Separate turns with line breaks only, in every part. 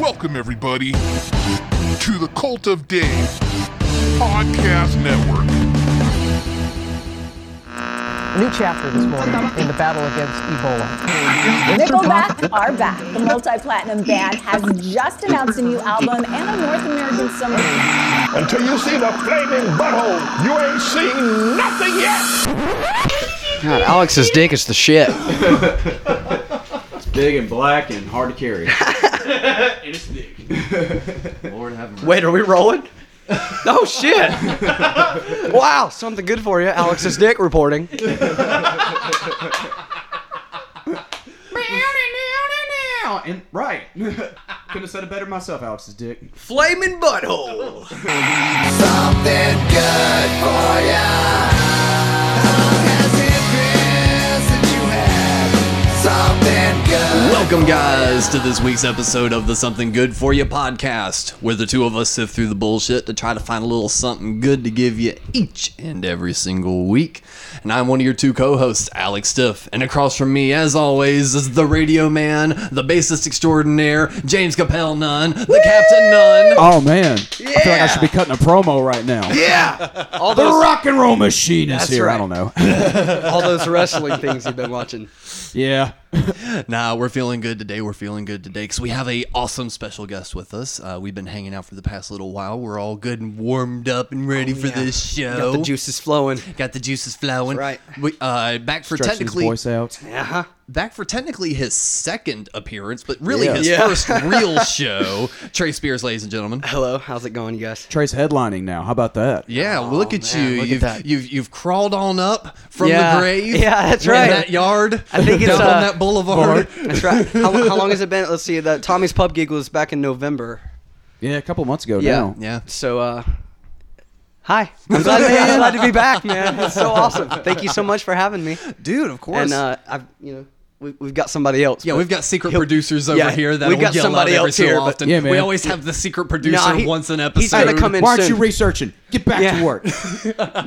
Welcome, everybody, to the Cult of Dave Podcast Network.
New chapter this morning in the battle against Ebola.
Nickelback are back. The multi-platinum band has just announced a new album and a North American summer.
Until you see the flaming butthole, you ain't seen nothing yet.
God, Alex's dick is the shit.
Big and black and hard to carry. Lord have mercy.
Wait, are we rolling? Oh shit! wow, something good for you. Alex's dick reporting.
And right. Couldn't have said it better myself, Alex's dick.
Flaming butthole.
Welcome, guys, to this week's episode of the Something Good For You podcast, where the two of us sift through the bullshit to try to find a little something good to give you each and every single week. And I'm one of your two co hosts, Alex Stiff. And across from me, as always, is the radio man, the bassist extraordinaire, James Capel Nunn, the Captain Nunn.
Oh man. I feel like I should be cutting a promo right now.
Yeah. All
The
those,
rock and roll machine is
That's
here.
right.
I don't know.
all those wrestling things you've been watching.
yeah.
Nah, we're feeling good today. We're feeling good today because we have a awesome special guest with us. Uh, we've been hanging out for the past little while. We're all good and warmed up and ready for this show.
Oh, Got the juices flowing.
Got the juices flowing.
That's right.
We, uh, back for
Stretching his
technically
voice out.
Uh-huh.
back for technically his second appearance, but really
Yeah.
his
Yeah.
first real show. Trey Spears, ladies and gentlemen.
Hello, how's it going, you guys?
Trey's headlining now. How about that?
Yeah, look at
Oh, man,
you.
look at
you've
that.
you've you've crawled on up from
Yeah.
the grave.
Yeah, that's
in
right.
That yard.
I think it's,
down
uh,
on that boulevard.
That's right. How, how long has it been? Let's see. That Tommy's Pub Gig was back in November.
Yeah, a couple months ago now.
Yeah.
So, uh, hi. I'm glad, I'm glad to be back, man. It's so awesome. Thank you so much for having me.
Dude, of course.
And uh, I've, you know, we, we've got somebody else.
yeah,
but-
we've got secret producers over
yeah,
here that
we've got
yell
somebody
out every
else
so
here, but-
often.
Yeah,
We
man.
always have the secret producer
Nah, he-
once an episode.
he's gonna come in
Why aren't you
soon.
researching? Get back
Yeah.
to work.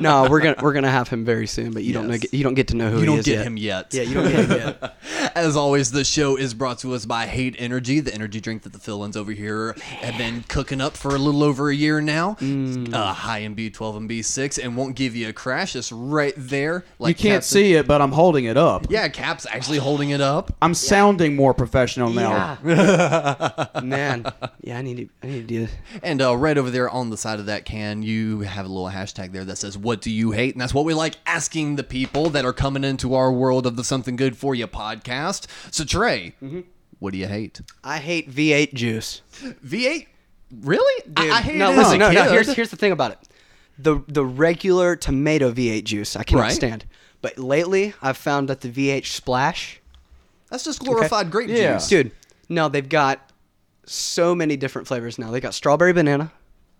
no, we're gonna we're gonna have him very soon, but you don't know
Yes.
you don't get to know who
You
he
don't
is
get
yet.
him yet.
Yeah, you don't get him yet.
As always, the show is brought to us by Hate Energy, the energy drink that the fill-ins over here have been cooking up for a little over a year now.
Mm.
Uh, high in B12 and B6, and won't give you a crash. It's right there. Like
you can't
Cap's-
see it, but I'm holding it up.
Yeah, Cap's actually holding it up.
I'm sounding more professional now.
Yeah. Man, yeah, I need to I need to do this.
And uh, right over there on the side of that can, you have a little hashtag there that says, What do you hate? And that's what we like asking the people that are coming into our world of the Something Good For You podcast. So, Trey,
Mm-hmm.
what do you hate?
I hate V8 juice.
V8? Really? I-
Dude,
I, hate
no,
it as a
listen, no,
kid.
no. Here's here's the thing about it. The the regular tomato V8 juice I cannot
Right.
stand. But lately, I've found that the V8 splash,
That's just glorified grape
Yeah.
juice.
dude. No, they've got so many different flavors now. They got strawberry banana,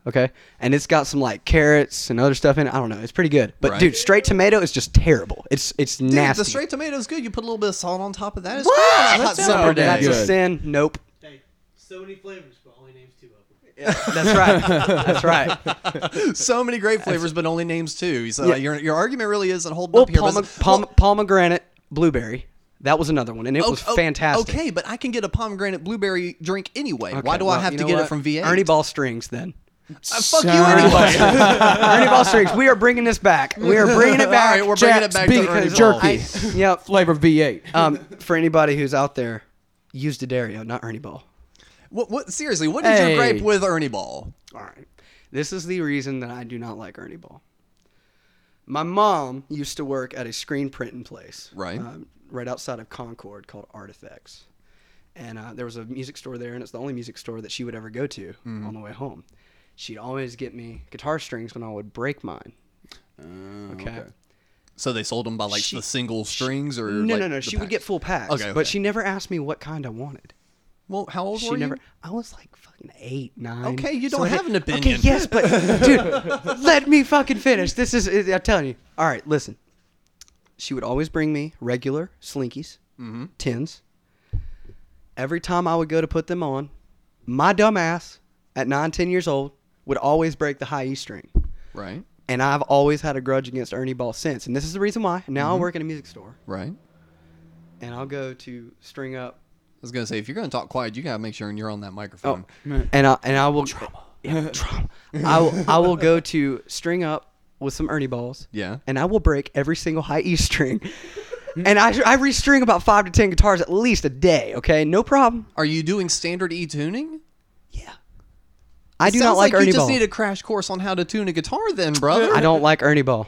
okay, and it's got some like carrots and other stuff in it. I don't know. It's pretty good. But
Right.
dude, straight tomato is just terrible. It's it's
Dude,
nasty.
the straight tomato's good. You put a little bit of salt on top of that. It's
What?
great on a hot
That's,
summer day.
that's a
Good.
sin. Nope.
Hey, so many flavors, but only names two of them.
That's right. That's right.
So many great flavors, but only names too. So uh, your, your argument really isn't holding
Well,
up here. but-
palma, palma,
well,
pomegranate blueberry. That was another one, and it
o-
was
o-
fantastic.
Okay, but I can get a pomegranate blueberry drink anyway. Why
Okay,
do I
well,
have
you
to
know
get
what?
it from VA?
Ernie Ball strings then.
fuck you anyway.
Ernie Ball strings. We are bringing this back. We are bringing it
All right,
back.
we're bringing it
Jack's
back to
beef
Ernie
and
Ball.
jerky.
yep.
Flavor V8.
Um, for anybody who's out there, use D'Addario, not Ernie Ball.
What, what? Seriously, what is
Hey.
your gripe with Ernie Ball?
All right. This is the reason that I do not like Ernie Ball. My mom used to work at a screen printing place,
Right.
um, right outside of Concord, called Artifacts, and uh, there was a music store there, and it's the only music store that she would ever go to on the way home. She'd always get me guitar strings when I would break mine. Oh, okay.
So they sold them by like
She-
the single strings, or
No,
like,
no, no.
the
She would get
packs?
full packs,
Okay,
but
okay.
she never asked me what kind I wanted.
Well, how old
She
were
never.
you?
I was like fucking eight, nine.
Okay, you
So
don't
I
have an
didn't-
opinion.
Okay, yes, but dude, let me fucking finish. This is. is- I'm telling you. All right, listen. She would always bring me regular slinkies,
Mm-hmm.
tins. Every time I would go to put them on, my dumb ass at nine, ten years old would always break the high E string.
Right,
And I've always had a grudge against Ernie Ball since. And this
Mm-hmm.
is the reason why. Now I work in a music store
right.
and I'll go to string up
was gonna say if you're gonna talk quiet, you gotta make sure you're on that microphone.
Oh, and I and I will trauma. trauma. I will, I will go to string up with some Ernie balls.
Yeah.
And I will break every single high E string. and I I restring about five to ten guitars at least a day. Okay, no problem.
Are you doing standard E tuning?
Yeah. I do
Sounds
not like,
you
Ernie
just
Ball.
need a crash course on how to tune a guitar, then, brother.
I don't like Ernie Ball.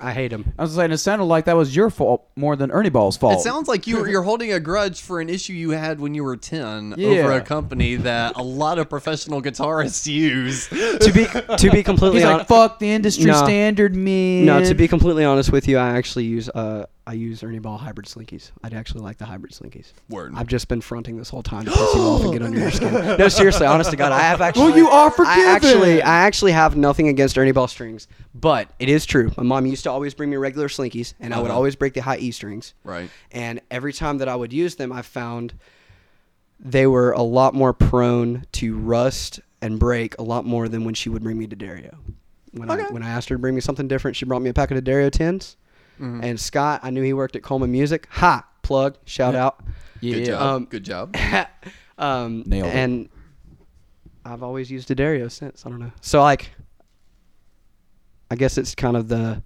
I hate him.
I was saying it sounded like that was your fault more than Ernie Ball's fault.
It sounds like you you're holding a grudge for an issue you had when you were ten over
Yeah.
a company that a lot of professional guitarists use.
to be to be completely
He's like,
honest,
fuck the industry
No.
standard, man.
no. To be completely honest with you, I actually use uh I use Ernie Ball hybrid slinkies. I'd actually like the hybrid slinkies.
Word.
I've just been fronting this whole time to piss you off and get under your skin. No, seriously, honest to God, I have actually.
Well, you are forgiven.
I actually, I actually have nothing against Ernie Ball strings, but it is true. My mom used to always bring me regular slinkies, and
Uh-huh.
I would always break the high E strings.
Right.
And every time that I would use them, I found they were a lot more prone to rust and break a lot more than when she would bring me D'Addario. When I when I asked her to bring me something different, she brought me a pack of D'Addario tins.
Mm-hmm.
And Scott, I knew he worked at Coleman Music. Ha! Plug, shout out.
Good job.
Um,
Good job.
Um,
Nailed it.
and I've always used D'Addario since. I don't know. So like, I guess it's kind of the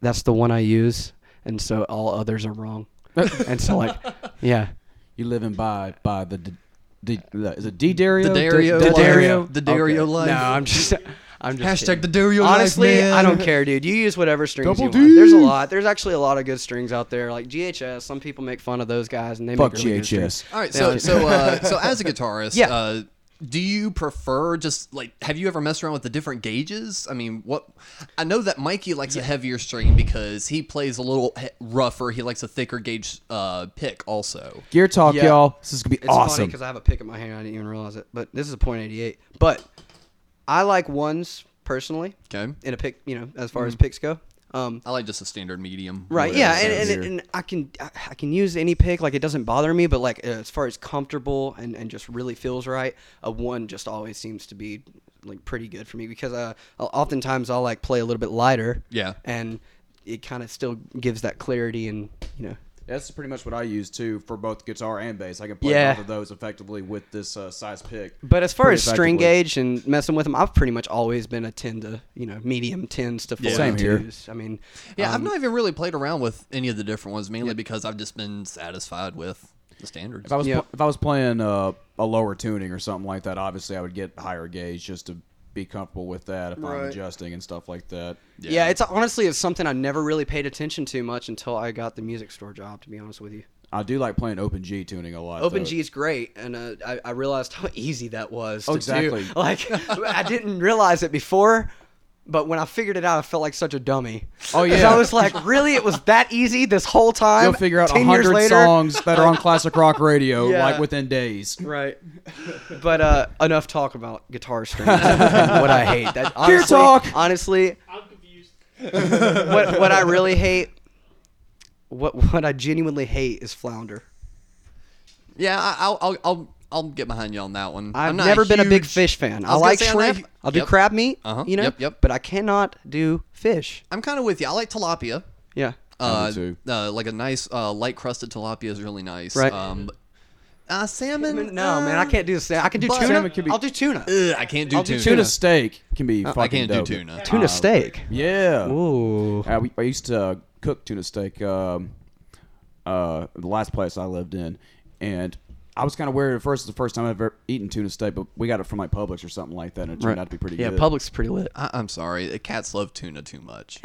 that's the one I use, and so all others are wrong. and so like, yeah,
you living by by the. D- D- is it D Dario?
The Dario
D-
life.
Dario.
The Dario life.
no, I'm just I'm just
Hashtag
kidding.
the Dario life,
Honestly, I
man.
don't care, dude. You use whatever strings you want. There's a lot. There's actually a lot of good strings out there, like GHS. Some people make fun of those guys, and they
Fuck
make really good strings.
GHS.
All right, so so uh, so as a guitarist,
Yeah.
uh, do you prefer just like have you ever messed around with the different gauges? I mean, what I know that Mikey likes a heavier string because he plays a little he- rougher. He likes a thicker gauge uh, pick also.
Gear talk,
Yeah.
y'all. This is gonna be
It's funny
awesome.
because I have a pick in my hand. I didn't even realize it. But this is a point eighty eight. But I like ones personally.
Okay.
In a pick, you know, as far as picks go. Um,
I like just a standard medium.
right.
whatever
Yeah.
that
And,
is.
and, and I can I I can use any pick. Like it doesn't bother me. But like as far as comfortable and and just really feels right, a one just always seems to be like pretty good for me because uh I'll- oftentimes I'll like play a little bit lighter.
Yeah.
And it kind of still gives that clarity and you know
That's pretty much what I use too for both guitar and bass. I can play
Yeah.
both of those effectively with this uh, size pick.
But as far
pretty
as string
effectively.
gauge and messing with them, I've pretty much always been a ten to you know medium tens to full
Same here.
I mean,
yeah, I've
um,
not even really played around with any of the different ones mainly because I've just been satisfied with the standards.
If I was
Yeah.
pl- if I was playing uh, a lower tuning or something like that, obviously I would get higher gauge just to be comfortable with that if I'm adjusting and stuff like that.
yeah. It's honestly it's something I never really paid attention to much until I got the music store job. To be honest with you,
I do like playing open G tuning a lot.
Open
though.
G is great, and uh, I, I realized how easy that was.
Oh,
to
exactly.
Do. Like I didn't realize it before. But when I figured it out, I felt like such a dummy.
Oh,
'Cause
yeah.
I was like, really? It was that easy this whole time?
You'll figure out
10 years
hundred
later?
songs that are on classic rock radio
Yeah.
like within days.
Right. But uh, enough talk about guitar strings. and what I hate. That honestly,
Beer talk.
Honestly,
I'm confused.
what what I really hate, what what I genuinely hate is flounder.
yeah, I, I'll, I'll I'll I'll get behind you on that one.
I've
I'm not
never been a big
huge-
fish fan. I,
I was gonna
like
say, I'm not a
shrimp.
hu-
I'll do
Yep.
crab meat.
Uh-huh.
You know.
Yep, yep.
But I cannot do fish.
I'm kind of with you. I like tilapia.
Yeah.
Uh,
too.
uh, like a nice uh, light crusted tilapia is really nice.
Right.
Um, uh, salmon.
No, man, I
uh,
can't do this. I can do
but-
tuna.
Salmon could be-
I'll do tuna.
ugh, I can't do
do
tuna.
Tuna steak can be fucking
I can't
dope.
do tuna.
tuna steak.
Yeah.
Ooh.
Uh, we, I used to uh, cook tuna steak. Um, uh, the last place I lived in, and I was kind of weird at first. It's the first time I've ever eaten tuna steak, but we got it from like Publix or something like that, and it turned out to be pretty
Yeah,
good.
Publix pretty lit.
I- I'm sorry. The cats love tuna too much.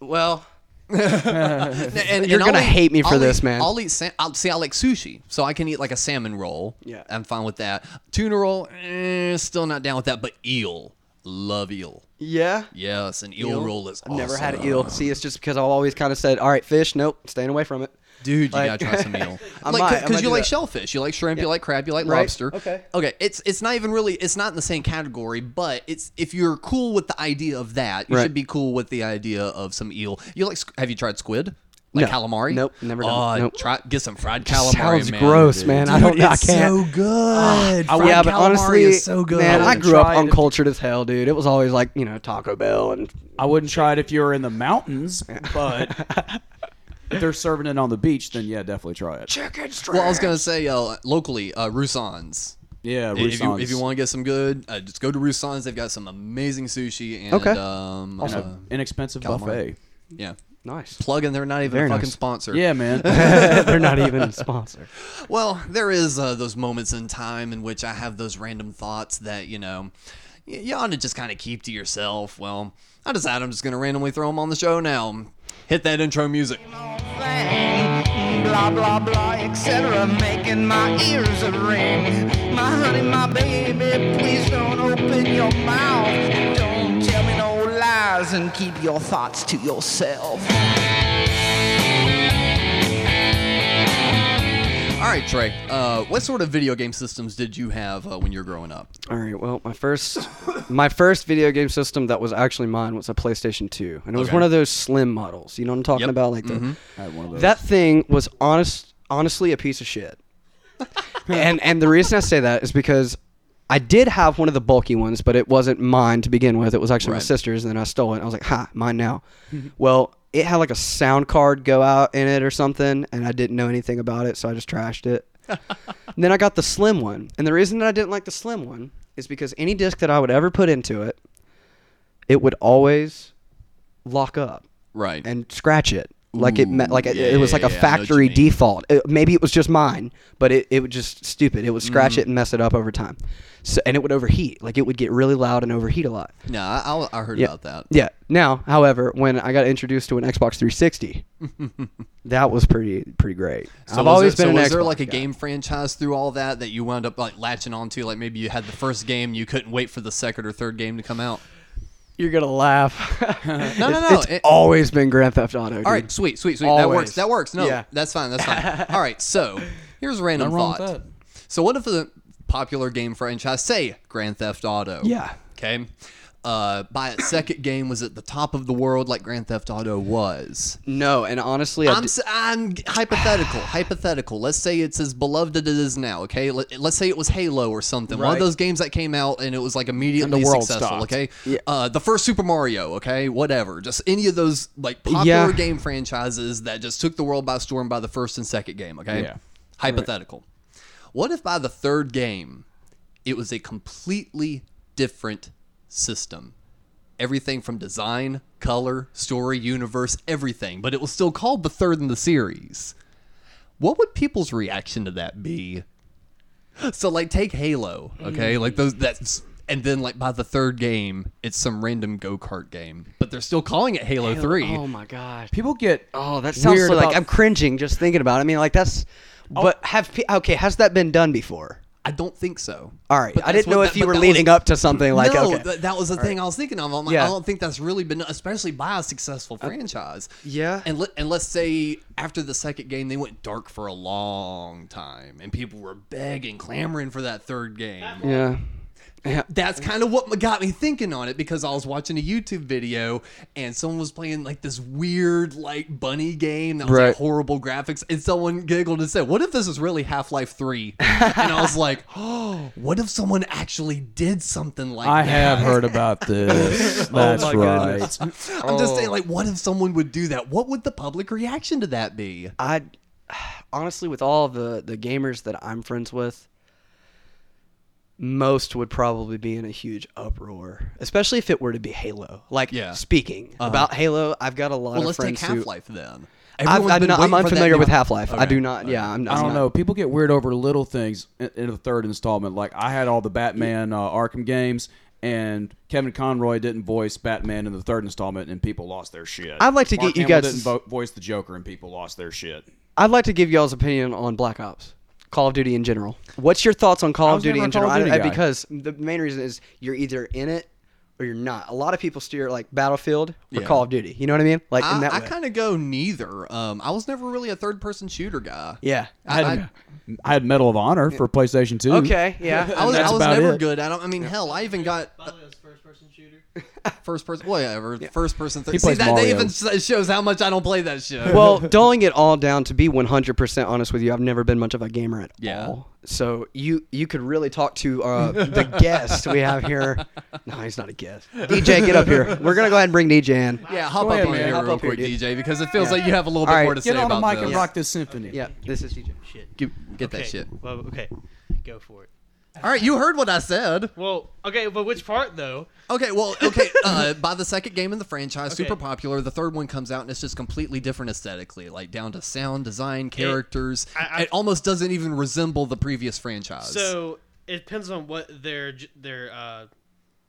Well,
And, and-
You're
and I'll
gonna
eat-
hate me for
I'll
this,
eat-
man.
I'll eat. Sa- I'll, see, I like sushi, so I can eat like a salmon roll.
Yeah.
I'm fine with that. Tuna roll, eh, still not down with that. But eel, love eel.
yeah.
Yes, an eel, roll is.
I've never had
awesome.
eel. See, it's just because I've always kind of said, all right, fish, nope, staying away from it.
Dude, you
Like-
gotta try some eel.
I
Like,
might- I might
because you
do
like
that.
shellfish, you like shrimp, you like crab, you like
Right.
lobster.
Okay.
Okay. It's it's not even really. It's not in the same category, but it's if you're cool with the idea of that, you
Right.
should be cool with the idea of some eel. You like? squ- Have you tried squid? Like
No.
calamari?
Nope, never done it.
Oh,
Nope.
try get some fried calamari.
Sounds
man.
gross, man. I don't know. I
It's
can't. Ah,
so good.
I
Fried
yeah, but
calamari
honestly,
is so good.
man, I
wouldn't
grew up
try it if-
uncultured as hell, dude. It was always like you know Taco Bell and
I wouldn't try it if you were in the mountains, but if they're serving it on the beach, then yeah, definitely try it.
Well, I was gonna say uh, locally, uh, Ruson's.
Yeah,
If you,
Roussan's.
if you want to get some good, uh, just go to Ruson's. They've got some amazing sushi and
Okay.
um, uh,
inexpensive
calamari.
buffet.
yeah,
Nice.
plug in. They're not even
Very
a fucking
nice.
sponsor.
Yeah, man.
They're not even a sponsor.
Well, there is uh, those moments in time in which I have those random thoughts that you know y- you ought to just kind of keep to yourself. Well, I decided I'm just gonna randomly throw them on the show now. Hit that intro music.
Blah blah blah, etc. Making my ears a ring. My honey, my baby, please don't open your mouth. Don't tell me no lies and keep your thoughts to yourself.
All right, Trey. Uh, what sort of video game systems did you have uh, when you were growing up?
All right. Well, my first, my first video game system that was actually mine was a PlayStation 2, and it was
Okay.
one of those slim models. You know what I'm talking
Yep.
about? Like the,
one of those.
that thing was honest, honestly a piece of shit. and and the reason I say that is because I did have one of the bulky ones, but it wasn't mine to begin with. It was actually my
Right. Mm-hmm.
sister's, and then I stole it. I was like, "Ha, mine now." well, it had like a sound card go out in it or something, and I didn't know anything about it, so I just trashed it. and then I got the slim one, and the reason that I didn't like the slim one is because any disc that I would ever put into it, it would always lock up
Right.
and scratch it. Like it, me-
Ooh,
like it,
yeah,
it was
yeah,
like a
yeah, I know what you
factory
mean.
default. It- maybe it was just mine, but it, it would just stupid. It would
Mm.
scratch it and mess it up over time. So and it would overheat. Like it would get really loud and overheat a lot.
No, I, I, I heard about that.
Yeah. Now, however, when I got introduced to an Xbox 360, that was pretty pretty great.
So
I've
was
always
there,
been
so
an
was there
Xbox
like a
guy.
game franchise through all that that you wound up like latching onto? Like maybe you had the first game, you couldn't wait for the second or third game to come out.
You're gonna laugh. no,
No, no, no.
It's
It-
always been Grand Theft Auto.
All right, sweet, sweet, sweet. That
Always.
works. That works. No,
Yeah.
that's fine. That's fine. All right, so here's a random
Nothing wrong with
thought. So what if a popular game franchise, say Grand Theft Auto?
Yeah.
Okay. Uh, by its second game was at the top of the world like Grand Theft Auto was.
No, and honestly, I
I'm, s am hypothetical, hypothetical. Let's say it's as beloved as it is now, okay? Let, let's say it was Halo or something. One of
Right.
those games that came out and it was like immediately
world
successful,
stopped.
okay? Uh, the first Super Mario, okay? Whatever. Just any of those like popular
Yeah.
game franchises that just took the world by storm by the first and second game, okay?
Yeah.
Hypothetical. What if by the third game it was a completely different system? everything from design, color, story, universe, everything, but it was still called the third in the series. What would people's reaction to that be? So like take Halo, okay? Like those that's and then like by the third game, it's some random go-kart game, but they're still calling it Halo, 3.
Oh my god.
People get
Oh, that sounds
weird
so, like
about-
I'm cringing just thinking about. it. I mean, like that's.
Oh.
But have pe- okay? Has that been done before?
I don't think so.
All right,
But
I
that's
didn't know
what-
if you
but
were
that
leading
was-
up to something like
no,
okay.
th- that was the thing I was thinking of. I'm like,
Yeah. Uh,
I don't think that's really been, especially by a successful franchise.
yeah.
And let, and let's say after the second game, they went dark for a long time, and people were begging, clamoring for that third game.
yeah. Yeah.
That's kind of what got me thinking on it because I was watching a YouTube video and someone was playing like this weird like bunny game that was like
Right.
horrible graphics and someone giggled and said, "What if this is really Half-Life 3?" and I was like, "Oh, what if someone actually did something like
I
that?"
have heard about this.
Oh
That's right.
I'm just saying, like, what if someone would do that? What would the public reaction to that be?
I honestly, with all the the gamers that I'm friends with, most would probably be in a huge uproar, especially if it were to be Halo. Like
Yeah. Uh-huh.
speaking about Halo, I've got a lot
Well,
of
let's take
friends
Half
who.
Life then.
I've,
Everyone's
I'm,
been
not, I'm
waiting for that
unfamiliar
new-
with Half Life. I
Okay.
do not. Yeah, I'm not.
I don't
not-
know. People get weird over little things in, in the third installment. Like I had all the Batman uh, Arkham games, and Kevin Conroy didn't voice Batman in the third installment, and people lost their shit.
I'd like to
Mark
get you
Hamill
guys-
didn't vo- voice the Joker, and people lost their shit.
I'd like to give y'all's opinion on Black Ops, Call of Duty in general. What's your thoughts on Call
I
of
was
Duty
never
in
a Call
general?
of
I-
Duty
I-
guy.
because the main reason is you're either in it or you're not. A lot of people steer like Battlefield or
Yeah.
Call of Duty. You know what I mean? Like in
I,
that way.
kind of go neither. Um, I was never really a third-person shooter guy.
yeah.
I,
I had,
I,
I had Medal of Honor for PlayStation Two.
Okay. Yeah.
I was,
That's
I was
about
never
it.
good. I don't. I mean, hell, I even got.
Probably was first person. person shooter?
First person, whatever. First person. Th-
He
See
plays
that that
Mario.
even s- shows how much I don't play that shit.
well, dulling it all down to be 100% honest with you, I've never been much of a gamer at
Yeah.
all. So you you could really talk to uh, the guest we have here. No, he's not a guest. DJ, get up here. We're gonna go ahead and bring DJ in.
yeah, hop up on here
Hop
real
up here,
quick,
dude.
DJ, because it feels like you have a little bit
All right,
more to
Get
say
on the
about
mic and
this.
rock this symphony.
Yeah, this is DJ.
Shit.
Get, get that
Okay,
shit.
Well, okay. Go for it.
All right, you heard what I said.
Well, okay, but which part though?
Okay, well, okay. Uh, by the second game in the franchise,
Okay.
super popular. The third one comes out, and it's just completely different aesthetically, like down to sound, design, characters. It,
I- I-
almost doesn't even resemble the previous franchise.
So it depends on what their j- their uh,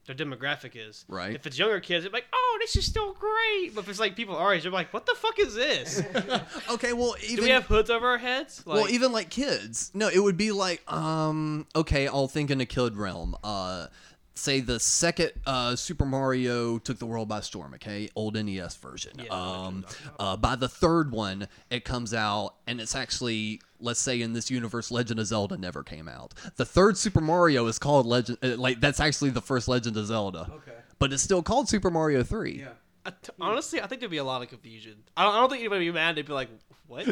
their demographic is.
Right.
If it's younger kids, it's like, oh, this is still great. But if it's like people our age, they're like, what the fuck is this?
okay, well, even
Do we have hoods over our heads? Like,
well, even like kids. No, it would be like, um, okay, I'll think in a kid realm. Uh, say the second uh, Super Mario took the world by storm. Okay, old NES version. um, uh, by the third one, it comes out, and it's actually. Let's say in this universe, Legend of Zelda never came out. The third Super Mario is called Legend, uh, like that's actually the first Legend of Zelda. Okay. But it's still called Super Mario Three. Yeah.
I t- honestly, I think there'd be a lot of confusion. I don't, I don't think anybody would be mad. They'd be like, what?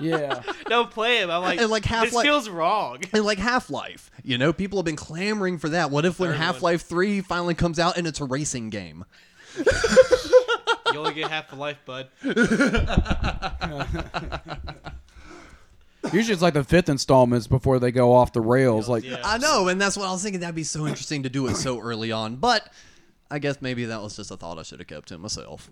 Yeah.
no, play him. I'm like,
And, like,
this
Half-Life-
feels wrong.
And like Half Life, you know, people have been clamoring for that. What if when
Third one.
Half Life 3 finally comes out and it's a racing game?
You only get half the life, bud.
Usually it's like the fifth installments before they go off the rails. Like,
Yeah.
I know, and that's what I was thinking. That'd be so interesting to do it so early on. But I guess maybe that was just a thought I should have kept to myself.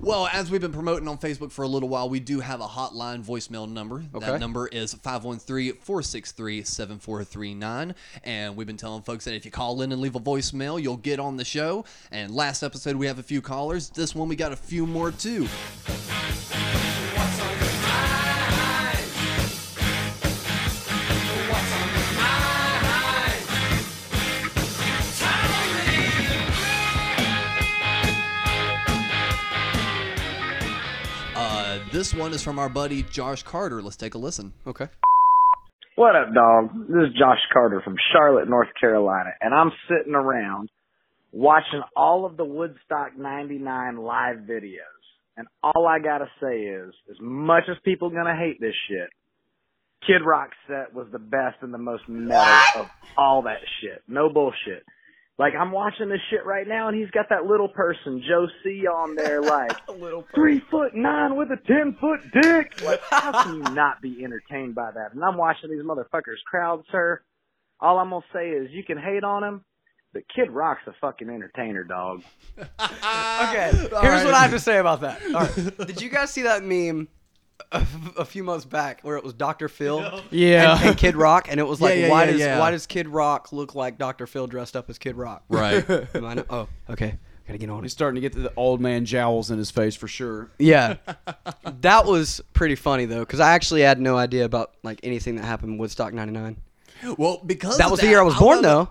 Well, as we've been promoting on Facebook for a little while, we do have a hotline voicemail number.
Okay.
That number is 513-463-7439. And we've been telling folks that if you call in and leave a voicemail, you'll get on the show. And last episode we have a few callers. This one we got a few more too. Uh, this one is from our buddy Josh Carter. Let's take a listen.
Okay.
What up, dog? This is Josh Carter from Charlotte, North Carolina, and I'm sitting around watching all of the Woodstock 99 live videos. And all I gotta say is, as much as people gonna hate this shit, Kid Rock set was the best and the most metal of all that shit. No bullshit. Like, I'm watching this shit right now, and he's got that little person, Joe C, on there, like, three foot nine with a ten foot dick. Like, how can you not be entertained by that? And I'm watching these motherfuckers crowd surf. All I'm gonna say is you can hate on him, but Kid Rock's a fucking entertainer, dog.
Okay. Here's what I have to say about that. All right. Did you guys see that meme a, a few months back where it was Dr. Phil
Yeah.
and, and Kid Rock, and it was like,
yeah,
why
yeah,
does
yeah.
why does Kid Rock look like Dr. Phil dressed up as Kid Rock?
Right.
Am I not- oh, okay. Gotta get on
he's
it.
starting to get the old man jowls in his face for sure.
Yeah, that was pretty funny though, because I actually had no idea about like anything that happened in Woodstock '99.
Well, because
That
of
was the year I was born though.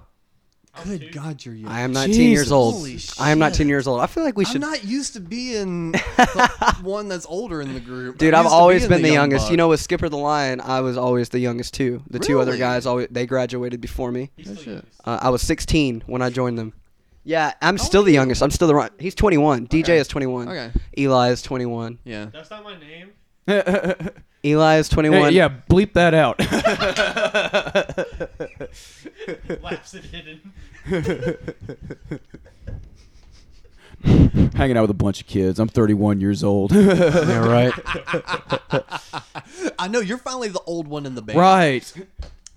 Good God, you're young.
I am 19
Jesus.
years old.
Holy
I am 19
shit.
years old. I feel like we
I'm
should.
not used to being the one that's older in the group.
Dude,
I'm
I've
used to
always
being
been the,
young
youngest.
buck.
You know, with Skipper the Lion, I was always the youngest too. The two other
Really?
guys always they graduated before me.
Oh,
Uh, I was 16 when I joined them. Yeah, I'm still the youngest. I'm still the right. He's 21. DJ is 21.
Okay.
Eli is 21.
Yeah.
That's not my name.
Eli is 21.
yeah, bleep that out.
Laps it hidden.
Hanging out with a bunch of kids. I'm 31 years old. yeah, right.
I know you're finally the old one in the band.
Right.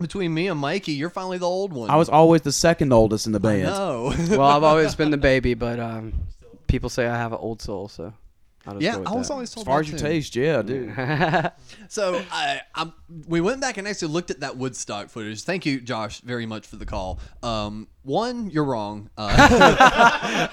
Between me and Mikey, you're finally the old one.
I was always the second oldest in the band.
No.
well, I've always been the baby, but um, people say I have an old soul, so. I'll just
yeah,
go with
I was
that.
always
As
told
far
that
as your
too.
taste, yeah, dude.
So I, i we went back and actually looked at that Woodstock footage. Thank you, Josh, very much for the call. Um, one, you're wrong. Uh,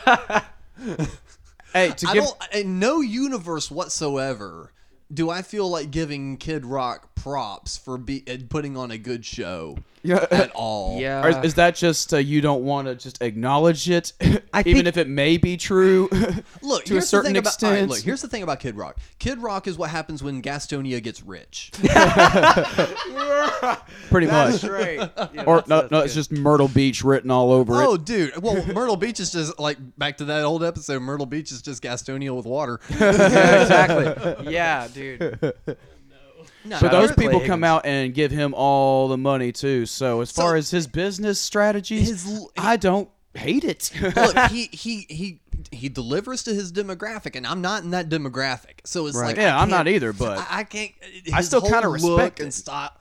hey, to
I
give
don't. In no universe whatsoever do I feel like giving Kid Rock props for be- and putting on a good show
Yeah.
at all?
Or is, is that just uh, you don't want to just acknowledge it, even
think-
if it may be true?
Look,
to a
here's the
certain
thing about- all right,
extent.
look, here's the thing about Kid Rock. Kid Rock is what happens when Gastonia gets rich.
pretty
That's
much.
right. Yeah,
or
that's-
no,
that's
no, it's just Myrtle Beach written all over
Oh,
it.
dude. Well, Myrtle Beach is just like back to that old episode. Myrtle Beach is just Gastonia with water. Oh,
Yeah, exactly. Yeah, dude. No.
but those people
Clay
come
Higgins.
out and give him all the money too. So as far as his business strategies, I don't hate it.
Look, he he he he delivers to his demographic, and I'm not in that demographic. So it's
Right.
like,
Yeah,
I
I'm not
can't-
either, but
I, I can't.
I
his
still
whole
kinda respect
look
it.
and style.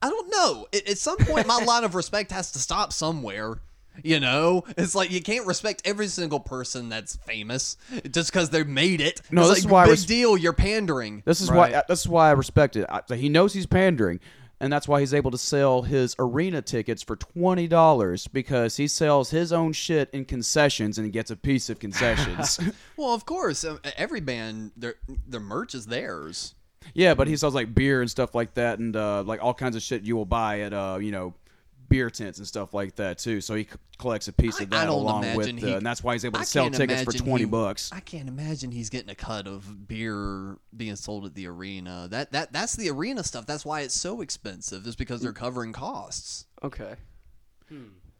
I don't know. At, at some point, my line of respect has to stop somewhere. You know, it's like you can't respect every single person that's famous just because they made it.
No,
it's
this is
like,
why I
big
res-
deal. You're pandering.
This is why. This is why I respect it. I, he knows he's pandering, and that's why he's able to sell his arena tickets for twenty dollars because he sells his own shit in concessions and gets a piece of concessions.
Well, of course, um, every band their their merch is theirs.
yeah, but he sells like beer and stuff like that, and uh, like all kinds of shit you will buy at uh, you know. Beer tents and stuff like that too. So he c- collects a piece of
I
that
don't
along with,
imagine he-
uh, and that's why he's able to
I
sell
can't
tickets for
imagine
twenty
he-
bucks.
I can't imagine he's getting a cut of beer being sold at the arena. That that that's the arena stuff. That's why it's so expensive. Is because
Mm.
they're covering costs.
Okay.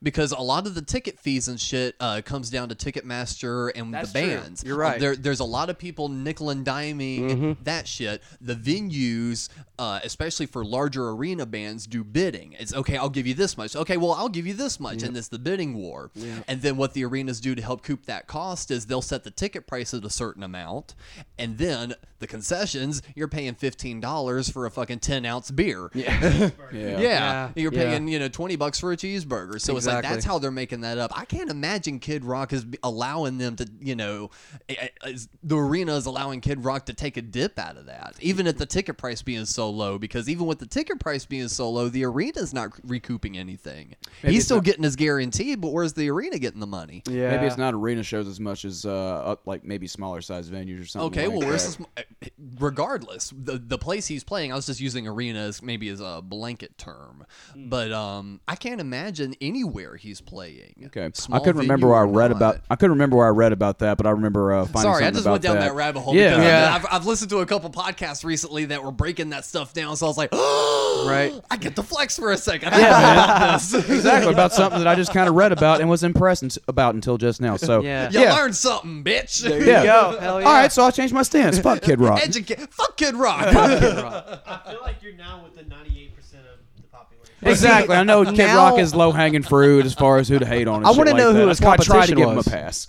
Because a lot of the ticket fees and shit uh, comes down to Ticketmaster and
That's
the
true.
bands.
You're right. Mm-hmm.
There, there's a lot of people nickel and diming that shit. The venues, uh, especially for larger arena bands, do bidding. It's okay. I'll give you this much. Okay, well I'll give you this much, and it's the bidding war. And then what the arenas do to help coop that cost is they'll set the ticket price at a certain amount, and then the concessions you're paying fifteen dollars for a fucking ten ounce beer. Yeah.
Yeah.
Yeah.
You're
Yeah.
paying, you know, 20 bucks for a cheeseburger. So it's like
Exactly.
that's how they're making that up. I can't imagine Kid Rock is b- allowing them to, you know, i- i- is- the arena is allowing Kid Rock to take a dip out of that, even at the ticket price being so low. Because even with the ticket price being so low, the arena's not recouping anything. He's
it's
still
not-
getting his guarantee, but where's the arena getting the money?
Yeah.
Maybe it's not arena shows as much as uh, up, like maybe smaller size venues or something.
Okay,
like
well, where's
that.
this? eh, Regardless, the the place he's playing, I was just using arena as maybe as a blanket term, but um, I can't imagine anywhere he's playing.
Okay,
Small
I couldn't remember
venue
where I
or
read
not.
about. I couldn't remember where I read about that, but I remember uh, finding
Sorry, I
something
just
about
went down that.
that.
rabbit hole.
Yeah,
because I-
Yeah.
I've, I've listened to a couple podcasts recently that were breaking that stuff down, so I was like, oh,
Right.
I get the flex for a second. I yeah,
exactly about something that I just kind of read about and was impressed int- about until just now. So
Yeah.
You
yeah.
learned something, bitch.
yeah.
go. Hell yeah.
All right, so I'll change my stance. Fuck Kid Rock.
Educate. Fuck Kid Rock.
I feel like you're now with the 98% of the population.
exactly. I know Kid
Now-
Rock is low hanging fruit as far as who to hate on. And
I
shit
wanna
like
know
that.
who
That's
his
why I try to
competition
give him a
was.
pass.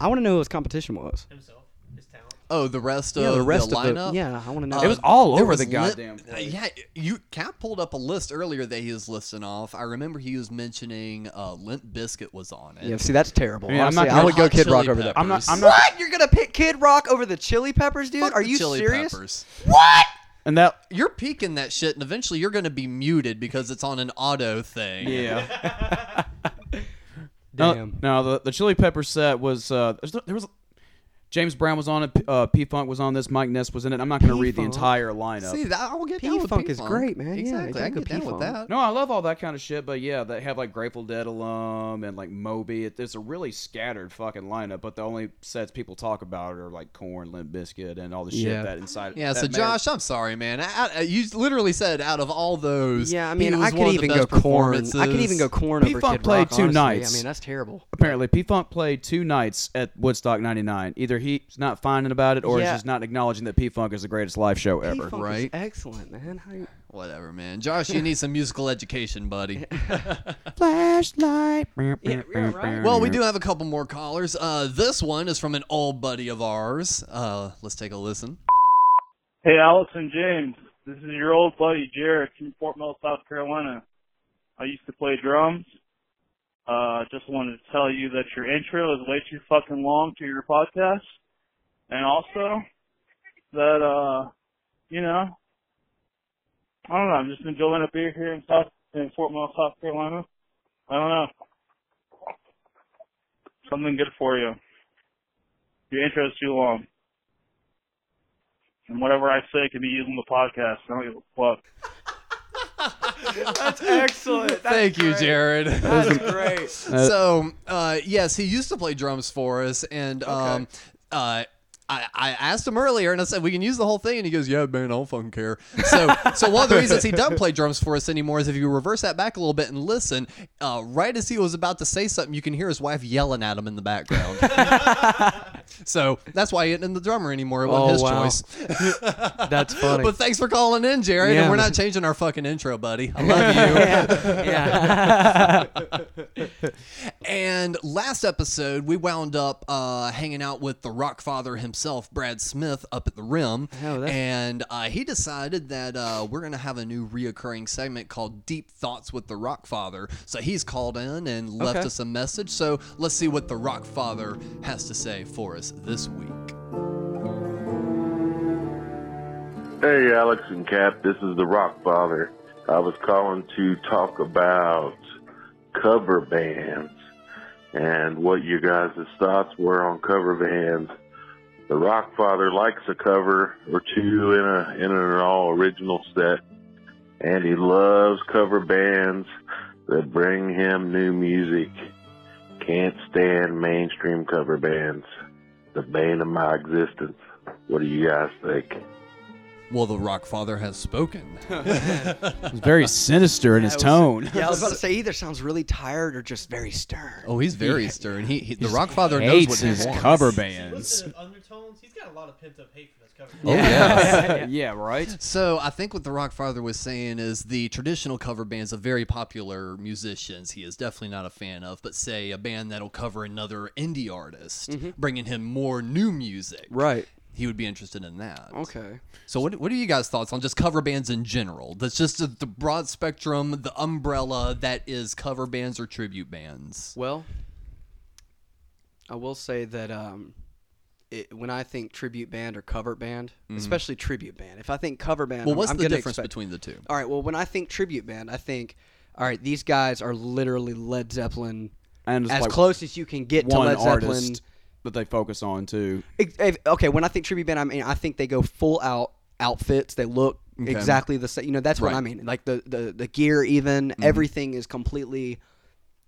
I want to know who his competition was.
Himself, his talent.
oh, the rest of
yeah, the rest of
lineup.
the yeah. I want to know.
It was all
Uh, There
over
was
the
li- uh,
goddamn. place.
yeah, you Cap pulled up a list earlier that he was listing off. I remember he was mentioning uh, Limp Biscuit was on it.
yeah. See, that's terrible.
Yeah, I'm
Honestly,
not gonna-
I would go
Hot
Kid
Chili
Rock over that.
Peppers.
I'm not. I'm not.
What? You're gonna pick Kid Rock over the Chili Peppers, dude?
Fuck
Are
the
you
Chili
serious?
Peppers.
And that.
You're peeking that shit, and eventually you're going to be muted because it's on an auto thing.
Yeah. No,
Damn.
no, the, the Chili Pepper set was uh, there's no- there was James Brown was on it, P- uh, P Funk was on this, Mike Ness was in it. I'm not going to read the
P-Funk?
entire lineup.
See, that, I'll get down with
P-Funk is
P-Funk.
great, man. Yeah,
Exactly,
I dig
I can
the
get down with
P-Funk.
that.
no, I love all that kind of shit, but yeah, they have like Grateful Dead alum and like Moby. It, it's a really scattered fucking lineup, but the only sets people talk about are like Corn, Limp Biscuit, and all the shit
Yeah.
that inside.
Yeah,
that
so
may-
Josh, I'm sorry, man. I, I, you literally said out of all those,
Yeah, I
he
mean,
was
I could
one of the
even go
best
corn. I could even
performances.
go corn over
P-Funk
Kid
played
Rock.
two
honestly.
nights.
I mean, that's terrible.
Apparently, P Funk played two nights at Woodstock '99. Either he's not finding about it, or he's
Yeah.
just not acknowledging that P Funk is the greatest live show ever.
P-Funk is
right?
excellent, man. How you-
Whatever, man. Josh, you need some musical education, buddy.
Flashlight.
Well, we do have a couple more callers. Uh, this one is from an old buddy of ours. Uh, let's take a listen.
Hey, Alex and James. This is your old buddy Jared from Fort Mill, South Carolina. I used to play drums. Uh, just wanted to tell you that your intro is way too fucking long to your podcast. And also, that, uh, you know, I don't know, I'm just enjoying a beer here in South, in Fort Mill, South Carolina. I don't know. Something good for you. Your intro is too long. and whatever I say can be used in the podcast. I don't give a fuck.
That's excellent. That's
Thank you,
great.
Jared.
That's great.
so, uh, yes, he used to play drums for us, and um, uh, I, I asked him earlier, and I said we can use the whole thing, and he goes, "Yeah, man, I don't fucking care." So, so one of the reasons he doesn't play drums for us anymore is if you reverse that back a little bit and listen, uh, right as he was about to say something, you can hear his wife yelling at him in the background. so that's why he isn't the drummer anymore. It
Oh,
wasn't
wow.
his choice.
That's funny.
But thanks for calling in, Jared.
Yeah.
And we're not changing our fucking intro, buddy. I love you.
Yeah.
and last episode, we wound up uh, hanging out with the rock father himself, Brad Smith, up at the rim.
Oh,
and uh, he decided that uh, we're going to have a new reoccurring segment called Deep Thoughts with the Rock Father. So he's called in and left
Okay.
us a message. So let's see what the rock father has to say for us this week.
Hey, Alex and Cap, this is the Rock Father. I was calling to talk about cover bands and what your guys' thoughts were on cover bands. The Rock Father likes a cover or two in a in an all original set, and he loves cover bands that bring him new music. Can't stand mainstream cover bands. The bane of my existence. What do you guys think?
Well, the rock father has spoken.
He's very sinister in his tone.
yeah, I was about to say either sounds really tired or just very stern.
Oh, he's very stern. He, he the rock father knows
hates
what he
his
wants.
cover bands.
Oh
Yeah.
yeah,
Yeah, right.
So I think what the rock father was saying is the traditional cover bands of very popular musicians he is definitely not a fan of, but say a band that'll cover another indie artist,
Mhm.
bringing him more new music.
Right.
He would be interested in that.
Okay.
So what what are you guys thoughts on just cover bands in general? That's just the, the broad spectrum, the umbrella that is cover bands or tribute bands.
Well, I will say that um, it, when I think tribute band or cover band,
Mhm.
especially tribute band, if I think cover band,
well,
I'm-
what's
I'm
the
gonna
difference
expect-
between the two?
All right. Well, when I think tribute band, I think, all right, these guys are literally Led Zeppelin,
And it's
as
like
close as you can get to
one
Led Zeppelin.
artist that they focus on too.
Ex- if- Okay, when I think tribute band, I mean I think they go full out outfits. They look
Okay.
exactly the same. You know, that's what
Right.
I mean. Like the the, the gear, even everything is completely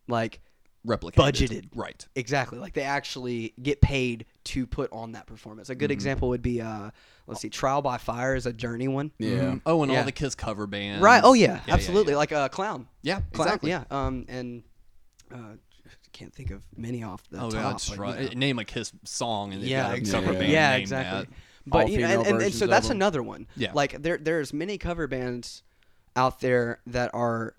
like
replicated,
budgeted.
Right.
Exactly. Like they actually get paid to put on that performance. A good
Mhm.
example would be uh, let's see, Trial by Fire is a Journey one.
Mhm. Oh, and
Yeah.
all the Kiss cover bands.
Right. Oh yeah,
yeah.
absolutely. Like a clown.
Yeah,
Clown,
exactly.
Yeah. Um, and uh, can't think of many off the
oh,
top.
yeah, that's
but, you
right.
know.
Name a Kiss song and
Yeah,
yeah,
exactly.
cover band.
Yeah,
named
exactly.
that.
But you know, and, and, and so that's another one.
Yeah.
Like there there's many cover bands out there that are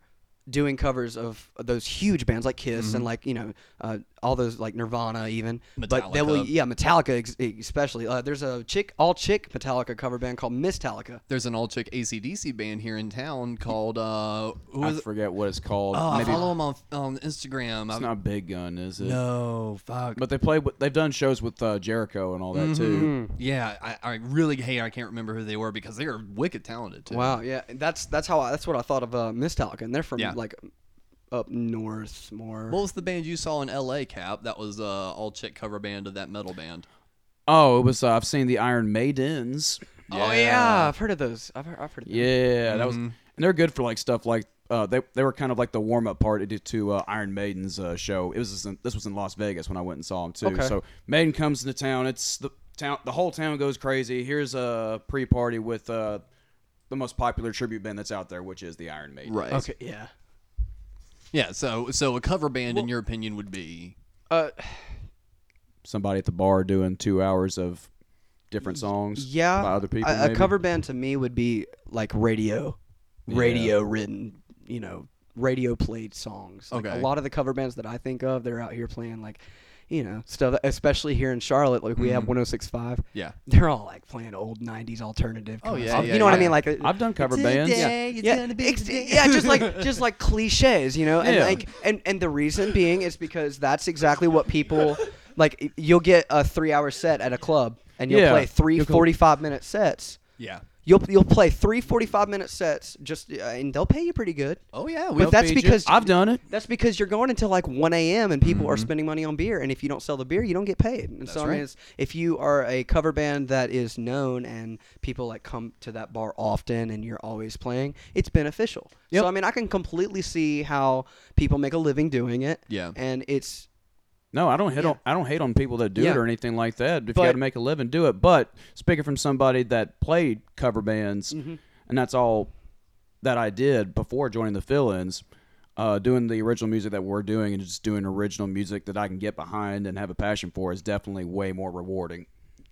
doing covers of those huge bands like Kiss
Mhm.
and like you know uh, all those like Nirvana even. But they will
Metallica.
yeah Metallica ex- especially. Uh, there's a chick all chick Metallica cover band called Metallica.
There's an all chick ACDC band here in town called uh, who
I
is it?
forget what it's called.
Oh, I
Maybe-
follow him on, on Instagram.
It's
I-
not Big Gun, is it?
No, fuck.
But they play. with- They've done shows with uh, Jericho and all
Mm-hmm.
that too.
Yeah, I, I really hate. I can't remember who they were because they are wicked talented too.
Wow, yeah, that's that's how I, that's what I thought of uh, Metallica, and they're from
Yeah.
like up north more.
What was the band you saw in L.A. Cap? That was uh, all chick cover band of that metal band.
Oh, it was. Uh, I've seen the Iron Maidens.
Oh yeah, I've heard of those. I've heard, I've heard of them.
Yeah, that was,
Mm-hmm.
Mhm.
and they're good for like stuff like uh, they they were kind of like the warm up part to- to uh, Iron Maiden's uh, show. It was this in, this was in Las Vegas when I went and saw them too.
Okay.
So Maiden comes into town. It's the town. The whole town goes crazy. Here's a pre party with uh, the most popular tribute band that's out there, which is the Iron Maiden.
Right. Okay,
Yeah.
Yeah. So, so a cover band, in your opinion, would be
Uh,
Somebody at the bar doing two hours of different songs.
Yeah,
By other people.
A, a
maybe.
cover band to me would be like radio,
Yeah.
radio written, you know, radio played songs. Like
Okay.
a lot of the cover bands that I think of, they're out here playing like, you know, stuff. Especially here in Charlotte, like we have
Mm-hmm.
Mhm.
106.5.
Yeah.
they're all like playing old '90s alternative.
Oh,
kinda
yeah,
stuff.
yeah,
you know what I
yeah.
mean? Like uh,
I've done cover bands.
Yeah, yeah, ex- yeah, just like just like cliches, you know, and
Yeah.
like and and the reason being is because that's exactly what people like. You'll get a three-hour set at a club, and you'll
Yeah.
play three
You'll go-
45 minute sets.
Yeah.
You'll you'll play three 45 minute sets just uh, and they'll pay you pretty good.
Oh yeah,
but that's because
I've done it.
That's because you're going until like 1 a.m. and people are spending money on beer, and if you don't sell the beer, you don't get paid. And so
That's
I mean,
right.
it's, if you are a cover band that is known and people like come to that bar often, and you're always playing, it's beneficial. So I mean, I can completely see how people make a living doing it.
Yeah.
and it's
No, I don't hit on I don't hate on people that do
Yeah.
it or anything like that. If
But-
you got to make a living, do it. But speaking from somebody that played cover bands,
Mm-hmm.
and that's all that I did before joining the fill-ins, uh, doing the original music that we're doing and just doing original music that I can get behind and have a passion for is definitely way more rewarding.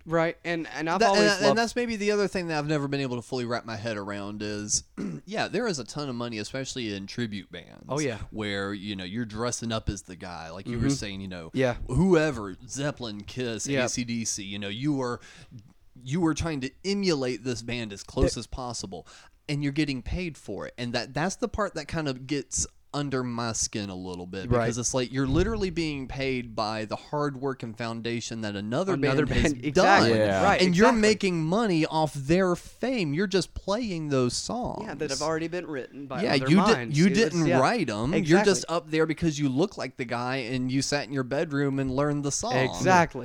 right. And and I've
That-
always
and,
loved,
and that's maybe the other thing that I've never been able to fully wrap my head around is, yeah, there is a ton of money, especially in tribute bands.
Oh, yeah.
where you know you're dressing up as the guy, like you were
Mhm.
saying, you know,
Yeah.
whoever Zeppelin, Kiss,
Yeah.
ACDC, you know, you were you were trying to emulate this band as close as possible, and you're getting paid for it, and that that's the part that kind of gets under my skin a little bit
Right.
because it's like you're literally being paid by the hard work and foundation that another,
Another
band, has
band-
done
exactly. Yeah. Right,
and you're
exactly.
making money off their fame you're just playing those songs
yeah, that have already been written by
yeah,
other
you
minds.
you
It's-
didn't
yeah.
write them. You're
Exactly.
just up there because you look like the guy and you sat in your bedroom and learned the song.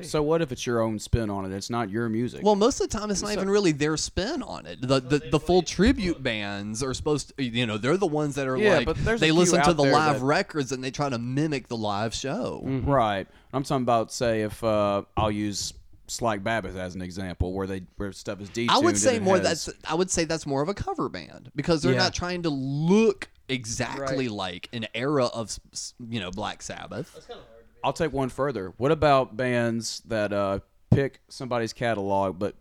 So what if it's your own spin on it? It's not your music.
Well, most of the time it's not even really their spin on it. The the, the full tribute bands are supposed to, you know, they're the ones that are
Yeah,
like
but there's a
they
few
listen to
out
the
there
live
that-
records and they try to mimic the live show.
Mm-hmm.
Right. I'm talking about say if uh, I'll use Slack Babbitt as an example where they where stuff is detuned.
I would
and
say
it
more
has-
that's I would say that's more of a cover band because they're
Yeah.
not trying to look exactly like an era of s- s- you know Black Sabbath.
I'll take one further. What about bands that uh, pick somebody's catalog but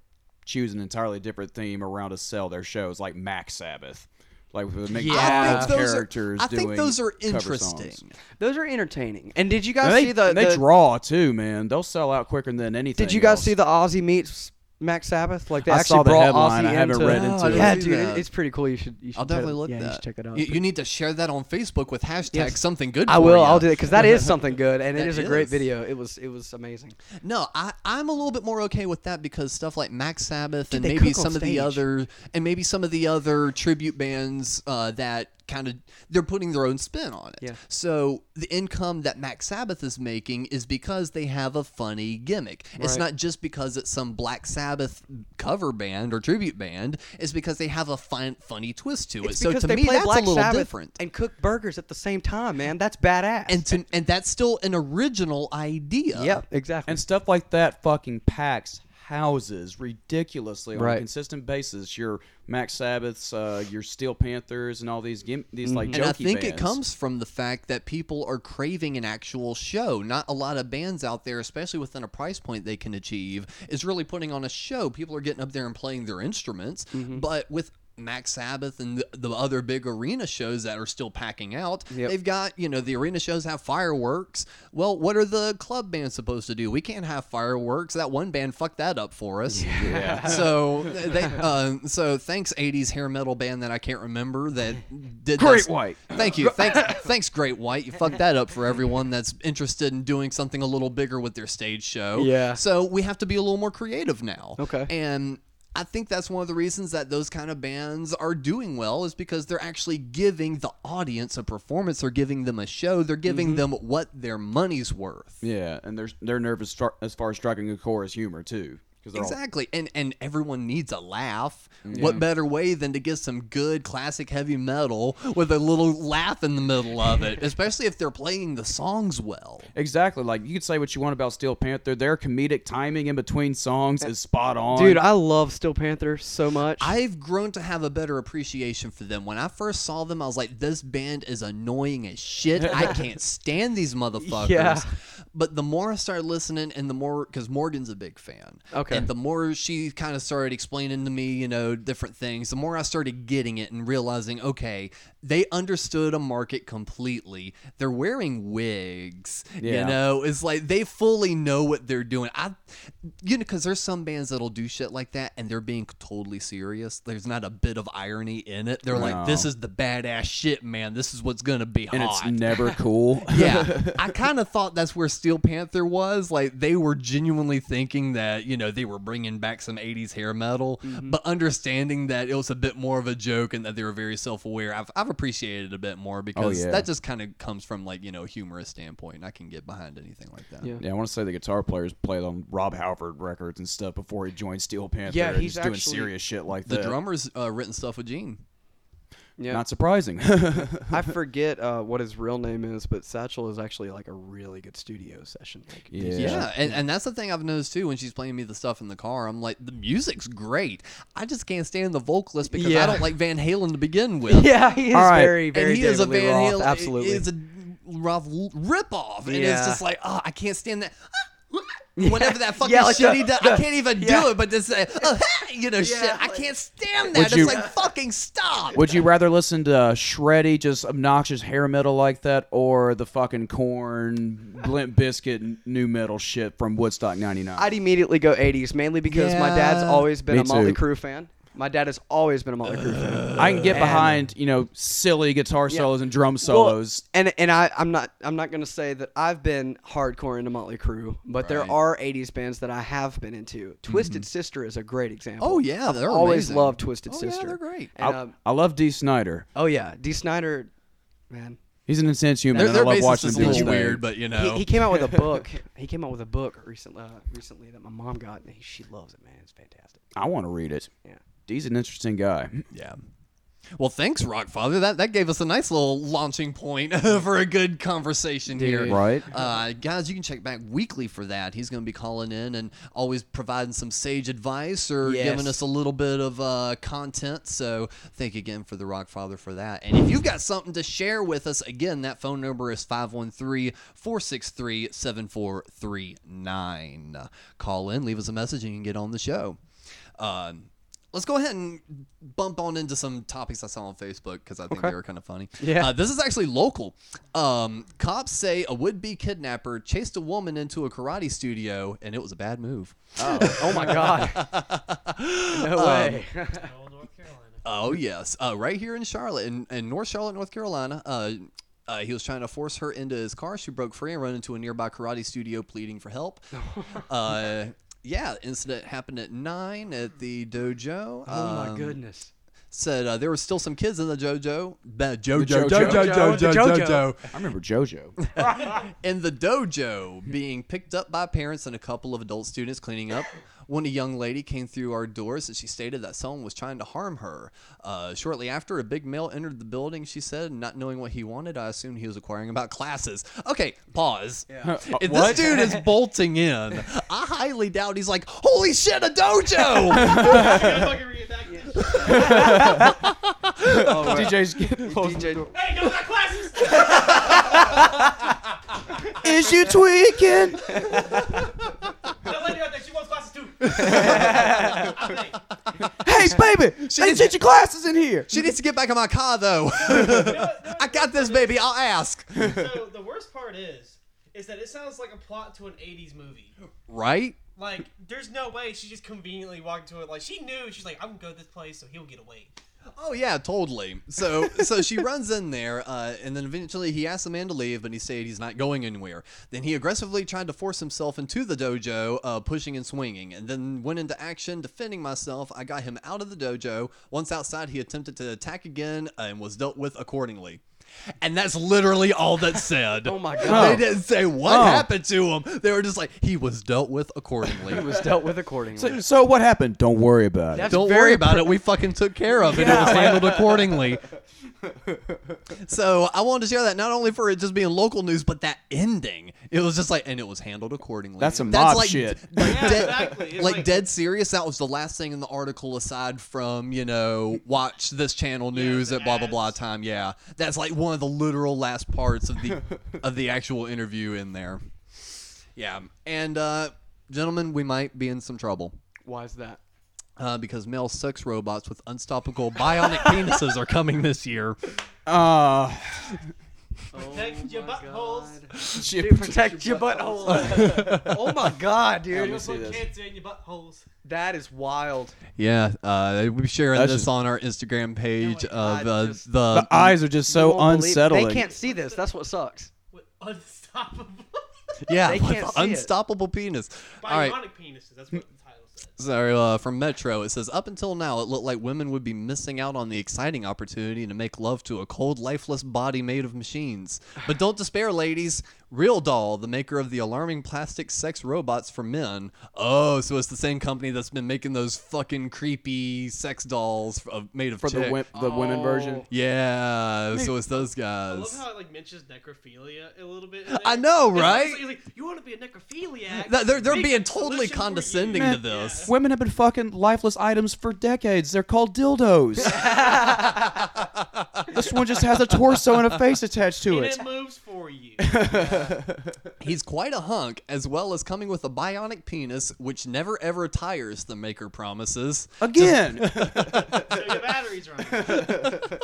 choose an entirely different theme around to sell their shows, like Max Sabbath, like with Mick
I
Jagger
think those
characters
Are, I think
doing
those are
cover songs.
interesting.
Those are entertaining. And did you
And
guys
they,
see the,
and they
the-
draw too, man. They'll sell out quicker than anything.
Did you guys
else.
see the Aussie meets Max Sabbath? Like they
I
actually
saw the
brought
headline.
Ozzy
I haven't
into, Oh,
read into No, I it. didn't
Yeah,
see
dude,
that.
it's pretty cool. You should. You should
I'll definitely
tell-
look
yeah,
that.
You should check it out.
You, you need to share that on Facebook with hashtag
Yes.
something good.
I
for
will.
ya.
I'll do that because that is something good, and it
That
is a great
is.
video. It was. It was amazing.
No, I, I'm a little bit more okay with that because stuff like Max Sabbath
Dude,
and
they
maybe
cook on
some of the
stage.
other and maybe some of the other tribute bands uh, that kind of they're putting their own spin on it.
Yeah.
So the income that Max Sabbath is making is because they have a funny gimmick. It's
Right.
not just because it's some Black Sabbath cover band or tribute band. It's because they have a fun, funny twist to it.
It's
so
because
to
they
me,
play
that's
Black
a little
Sabbath
different.
and cook burgers at the same time, man. That's badass.
And to, and that's still an original idea.
Yep, exactly.
And stuff like that fucking packs houses ridiculously on
Right.
a consistent basis. Your Max Sabbaths, uh, your Steel Panthers, and all these gim- these like
Mm-hmm. and I
jokey
think it
bands.
comes from the fact that people are craving an actual show. Not a lot of bands out there, especially within a price point they can achieve, is really putting on a show. People are getting up there and playing their instruments,
Mm-hmm.
but with Max Sabbath and the, the other big arena shows that are still packing out. They've got, you know, the arena shows have fireworks. Well, what are the club bands supposed to do? We can't have fireworks. That one band fucked that up for us.
Yeah.
so they, uh, so thanks 80s hair metal band that I can't remember that did
Great
that-
White.
Thank you. Thanks, thanks, Great White. You fucked that up for everyone that's interested in doing something a little bigger with their stage show.
Yeah.
So we have to be a little more creative now.
Okay.
And I think that's one of the reasons that those kind of bands are doing well is because they're actually giving the audience a performance. They're giving them a show. They're giving
Mm-hmm.
them what their money's worth.
Yeah, and they're they're nervous stri- as far as striking a chorus humor too, because they're all Mm.
Exactly. And and everyone needs a laugh. What better way than to get some good classic heavy metal with a little laugh in the middle of it, especially if they're playing the songs well.
Exactly. Like you could say what you want about Steel Panther. Their comedic timing in between songs is spot on.
Dude, I love Steel Panther so much.
I've grown to have a better appreciation for them. When I first saw them, I was like, this band is annoying as shit. I can't stand these motherfuckers.
Yeah.
But the more I started listening and the more, because Morgan's a big fan.
Okay.
And the more she kind of started explaining to me, you know, different things, the more I started getting it and realizing, okay, they understood a market completely. They're wearing wigs. You
Yeah.
know, it's like they fully know what they're doing. I, you know, because there's some bands that'll do shit like that and they're being totally serious. There's not a bit of irony in it. They're like,
No.
this is the badass shit, man. This is what's gonna be
and
hot.
it's never cool.
yeah, I kind of thought that's where Steel Panther was. Like they were genuinely thinking that you know they were bringing back some '80s hair metal, but understanding that it was a bit more of a joke and that they were very self-aware. I've I've appreciated it a bit more because
yeah.
that just kind of comes from like you know a humorous standpoint. and I can get behind anything like that.
Yeah, I want to say the guitar players played on Rob Halford records and stuff before he joined Steel Panther.
Yeah,
and
he's
doing
actually-
serious shit like
The
that.
drummer's uh, written stuff with Gene.
Not surprising.
I forget uh, what his real name is, but Satchel is actually like a really good studio session. Like,
Yeah, and, and that's the thing I've noticed too. When she's playing me the stuff in the car, I'm like, the music's great. I just can't stand the vocalist because I
Yeah.
don't like Van Halen to begin with.
Yeah, he is All right. very, very
And he is a
David Lee
Van
Roth,
Halen.
absolutely.
it's a Roth l- ripoff, and it's
Yeah.
just like, oh, I can't stand that. Whatever that fucking
Yeah, like
shit
the-
he does, I
the-
can't even
yeah.
do it. But just say, oh, you know, shit, I can't stand
Would
that.
you-
it's like fucking stop.
Would you rather listen to shreddy, just obnoxious hair metal like that, or the fucking corn, Limp Biscuit, new metal shit from Woodstock '99?
I'd immediately go 80s, mainly because my dad's
Yeah.
always been
Me
a Motley
too.
Crue fan. My dad has always been a Motley Crue fan.
I can get
And- uh,
behind, you know, silly guitar
Yeah.
solos and drum
Well,
solos.
and and I I'm not I'm not gonna say that I've been hardcore into Motley Crue, but there
Right.
are 80s bands that I have been into. Twisted Sister is a great example.
Mm-hmm. Oh, yeah,
I've
they're
always
amazing.
loved Twisted
Oh, yeah,
Sister.
they're great.
And,
I,
um,
I love D. Snyder.
oh yeah, D. Snyder, man.
He's an intense human.
Their-
and I
their
love
bassist
watching
is
him
a
do his
little
thing.
weird, but, you know.
He, he came out with a book. he came out with a book recently, uh, recently that my mom got, and she loves it, man. It's fantastic.
I want to read it.
Yeah.
D's an interesting guy.
Yeah. Well, thanks, Rockfather. That that gave us a nice little launching point for a good conversation here.
Dude. Right.
Uh, guys, you can check back weekly for that. He's going to be calling in and always providing some sage advice or
Yes.
giving us a little bit of uh, content. So, thank you again for the Rockfather for that. And if you've got something to share with us, again, that phone number is 513 463 7439. Call in, leave us a message, and you can get on the show. Um, Let's go ahead and bump on into some topics I saw on Facebook because I think
Okay.
they were kind of funny.
Yeah.
Uh, this is actually local. Um, cops say a would be kidnapper chased a woman into a karate studio and it was a bad move.
Oh, oh my God. No
Um,
way.
Oh yes, uh, right here in Charlotte, in, in North Charlotte, North Carolina. Uh, uh, he was trying to force her into his car. She broke free and ran into a nearby karate studio, pleading for help.
Oh
uh, yeah, incident happened at nine at the dojo.
Oh my
Um,
goodness.
Said uh, there were still some kids in the dojo. The
The
Jojo,
Jojo.
Oh,
Jojo,
The
Jojo,
Jojo.
Jojo.
I remember JoJo.
in the dojo being picked up by parents and a couple of adult students cleaning up when a young lady came through our doors and she stated that someone was trying to harm her uh, shortly after a big male entered the building she said not knowing what he wanted i assumed he was inquiring about classes okay pause
Yeah. Uh,
if
What?
this dude is bolting in i highly doubt he's like holy shit a dojo
Oh,
right. DJ's
Hey, go to classes!
Is you tweaking?
that lady out there, she wants classes too.
hey, baby, she didn't get your glasses in here.
She needs to get back in my car, though. I got this, baby. I'll ask.
so the worst part is, is that it sounds like a plot to an '80s movie.
right
Like, there's no way she just conveniently walked into it. Like, she knew she's like, I'm gonna go to this place, so he'll get away.
Oh yeah, totally. So so she runs in there, uh, and then eventually he asks the man to leave, but he said he's not going anywhere. Then he aggressively tried to force himself into the dojo, uh, pushing and swinging, and then went into action defending myself. I got him out of the dojo. Once outside, he attempted to attack again uh, and was dealt with accordingly. And that's literally all that said. oh my
God.
They didn't say what
Oh.
happened to him. They were just like he was dealt with accordingly.
He was dealt with accordingly.
So, so what happened? Don't worry about it.
Don't worry about it. We fucking took care of it. It was
Yeah.
handled accordingly. so I wanted to share that not only for it just being local news, but that ending. It was just like, and it was handled accordingly.
That's some mob
like,
shit.
Like,
Yeah,
dead,
exactly. It's
like,
like-
dead serious. That was the last thing in the article, aside from you know, watch this channel news at blah blah blah time. Yeah, that's like one of the literal last parts of the of the actual interview in there. Yeah, and uh, gentlemen, we might be in some trouble.
Why is that?
uh, because male sex robots with unstoppable bionic penises are coming this year.
Uh,
Protect your buttholes.
Dude, protect your buttholes. oh my god, dude.
Don't put kids in your buttholes.
That is wild.
Yeah, uh, we'll be sharing
That's
this
just-
on our Instagram page
Oh
of uh, the,
The eyes are just so unsettling.
They can't see this. That's what sucks.
Unstoppable.
yeah,
they
with
can't see it.
unstoppable penis.
Bionic
All right.
penises. That's what the title says.
So uh, from Metro, it says up until now, it looked like women would be missing out on the exciting opportunity to make love to a cold, lifeless body made of machines. But don't despair, ladies. Real Doll, the maker of the alarming plastic sex robots for men. Oh, so it's the same company that's been making those fucking creepy sex dolls of, made of
For the
chick.
wim- the women
Oh.
version?
Yeah,
Hey.
so it's those
I
guys.
love how it like mentions necrophilia a little bit. in there.
I know,
It's
right?
Like, it's like, you want to be a necrophiliac?
Th- they're they're
Big
being totally
solution for you."
condescending to this.
Women have been fucking lifeless items for decades. They're called dildos. this one just has a torso and a face attached to
And
it.
moves for you.
He's quite a hunk, as well as coming with a bionic penis, which never ever tires, the maker promises.
Again!
so your batteries are on.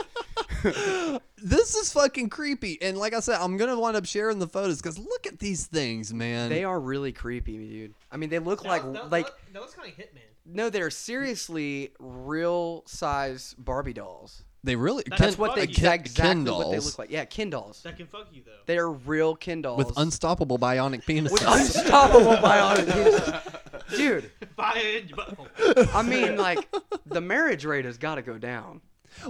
this is fucking creepy. And like I said, I'm going to wind up sharing the photos because look at these things, man.
They are really creepy, dude. I mean, they look like
That- that-
like
that, looks kind of Hitman.
no, they're seriously real size Barbie dolls.
They really
That's what they
Ken- Ken
exactly what they
dolls.
look like. Yeah, Ken dolls.
That can fuck you though.
They are real Ken dolls
With unstoppable bionic penises.
With unstoppable bionic penises. dude.
Buy it in your butthole.
I mean, like the marriage rate has got to go down.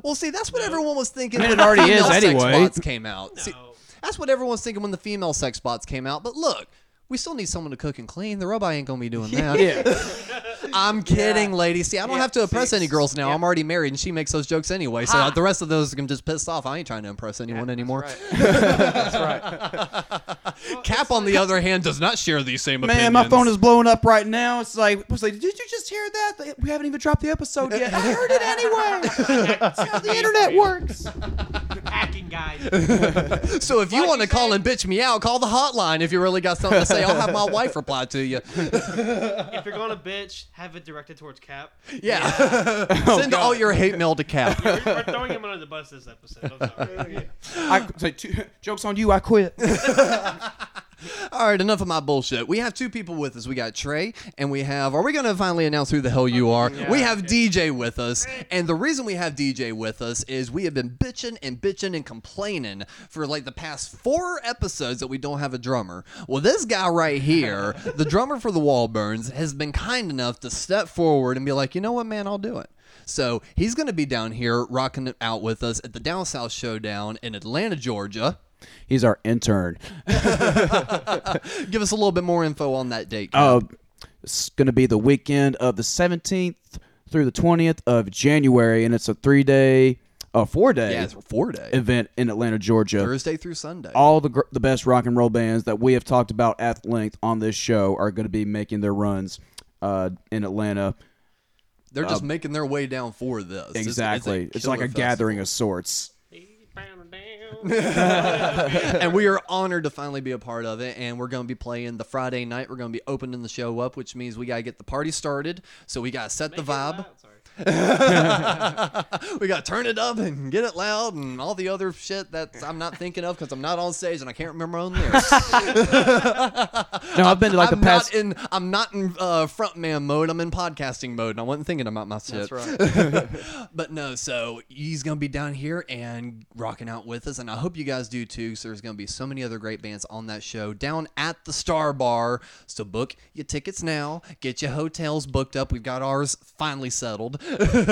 Well, see, that's what everyone was thinking.
I mean,
when
it already
the female
is
sex
anyway.
bots came out. See, that's what everyone was thinking when the female sex bots came out. But look, we still need someone to cook and clean. The robot ain't gonna be doing that. I'm kidding, ladies. See, I don't
Yeah,
have to impress
see,
any girls now. I'm already married, and she makes those jokes anyway. So
Ha.
the rest of those I'm just pissed off. I ain't trying to impress anyone anymore.
That's right.
Cap, on the other hand, does not share these same
Man,
opinions.
my phone is blowing up right now. It's like, it's like, did you just hear that? They- We haven't even dropped the episode yet. I heard it anyway. That's how the internet works.
Hacking guys.
so if you want to call and bitch me out, call the hotline. If you really got something to say, I'll have my wife reply to you.
if you're gonna bitch, have it directed towards Cap.
Yeah.
Oh,
Send all your hate mail to Cap.
We're, we're throwing him under the bus this episode. I'm sorry.
I, it's like, two, jokes on you. I quit.
All right, enough of my bullshit. We have two people with us. We got Trey, and we have. Are we going to finally announce who the hell you are? we have DJ with us, and the reason we have DJ with us is we have been bitching and bitching and complaining for like the past four episodes that we don't have a drummer. Well, this guy right here, the drummer for the Wallburns, has been kind enough to step forward and be like, you know what, man, I'll do it. So he's going to be down here rocking it out with us at the Down South Showdown in Atlanta, Georgia.
He's our intern.
Give us a little bit more info on that date. Cap.
Uh, it's going to be the weekend of the 17th through the 20th of January, and it's a three day, uh, four day,
Yeah, it's a four-day.
event in Atlanta, Georgia.
Thursday through Sunday.
All the gr- the best rock and roll bands that we have talked about at length on this show are going to be making their runs uh, in Atlanta.
They're
uh,
just making their way down for this. It's- it's a
Exactly. It's, like a
killer
gathering of sorts.
festival. and we are honored to finally be a part of it. And we're going to be playing the Friday night. We're going to be opening the show up, which means we got to get the party started. So we got to set the vibe. we got to turn it up and get it loud and all the other shit that I'm not thinking of because I'm not on stage and I can't remember my own lyrics.
No, I've been to like
I'm
the past.
Not in, I'm not in uh, front man mode. I'm in podcasting mode, and I wasn't thinking about my shit. right. but no, so he's gonna be down here and rocking out with us, and I hope you guys do too. So there's gonna be so many other great bands on that show down at the Star Bar. So book your tickets now. Get your hotels booked up. We've got ours finally settled.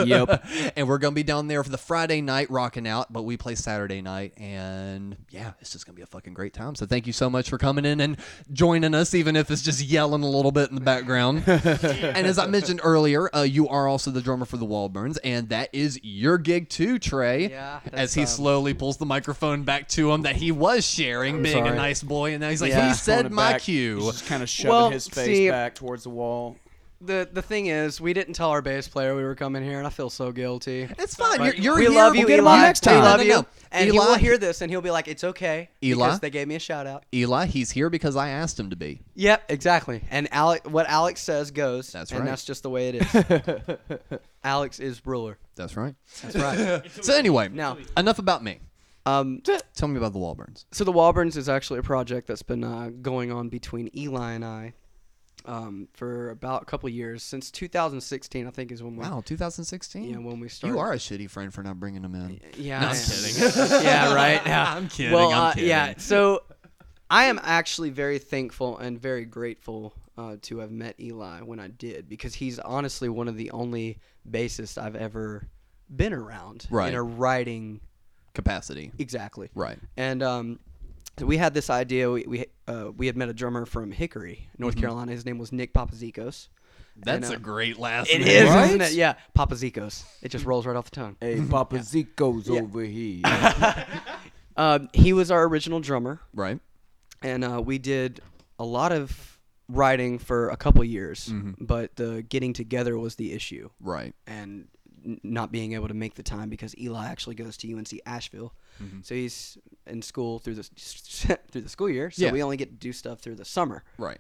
Yep.
and we're gonna be down there for the Friday night rocking out, but we play Saturday night, and yeah, it's just gonna be a fucking great time. So thank you so much for coming in and joining us, even if it's just yelling a little bit in the background. and as I mentioned earlier, uh, you are also the drummer for the Wallburns, and that is your gig too, Trey.
Yeah,
As
that's,
he
um,
slowly pulls the microphone back to him that he was sharing, being a
sorry.
nice boy, and now he's like,
Yeah.
he
Just
said
it
my
back.
cue.
He's just kind of shoving
Well,
his face
see-
back towards the wall.
the the thing is, we didn't tell our bass player we were coming here, and I feel so guilty.
It's fine.
But
You're- you're
we
here.
love
We'll
you,
get him
Eli.
on next time.
We love
No,
you.
no, no.
And he
Eli-
will hear this, and he'll be like, "It's okay."
Eli?
because they gave me a shout out.
Eli, he's here because I asked him to be.
Yep, exactly. And Alec, what Alex says goes. That's And
right.
that's just the way it is. Alex is ruler.
That's right.
That's right.
so anyway,
now
enough about me.
Um,
tell me about the Walburns.
So the Walburns is actually a project that's been uh, going on between Eli and I um, for about a couple of years since 2016. I think is when we
Wow, 2016.
Yeah, when we started.
You are a shitty friend for not bringing him in.
Yeah,
no,
I
I'm
am.
kidding.
yeah, right. Yeah.
I'm kidding.
Well,
I'm
uh,
kidding.
yeah. So I am actually very thankful and very grateful uh, to have met Eli when I did because he's honestly one of the only bassists I've ever been around
Right.
in a writing
capacity.
Exactly.
Right.
And um, we had this idea. We we, uh, we had met a drummer from Hickory, North
Mhm.
Carolina. His name was Nick Papazikos.
That's a great last
It
name.
is,
Right?
isn't it? Yeah, Papazikos. It just rolls right off the tongue.
Hey, Papa Zico's over here.
Um, he was our original drummer.
Right.
And uh, we did a lot of writing for a couple years,
Mm-hmm.
but the getting together was the issue.
Right.
And n- not being able to make the time because Eli actually goes to UNC Asheville.
Mhm.
So he's in school through the through the school year. So
Yeah.
we only get to do stuff through the summer.
Right.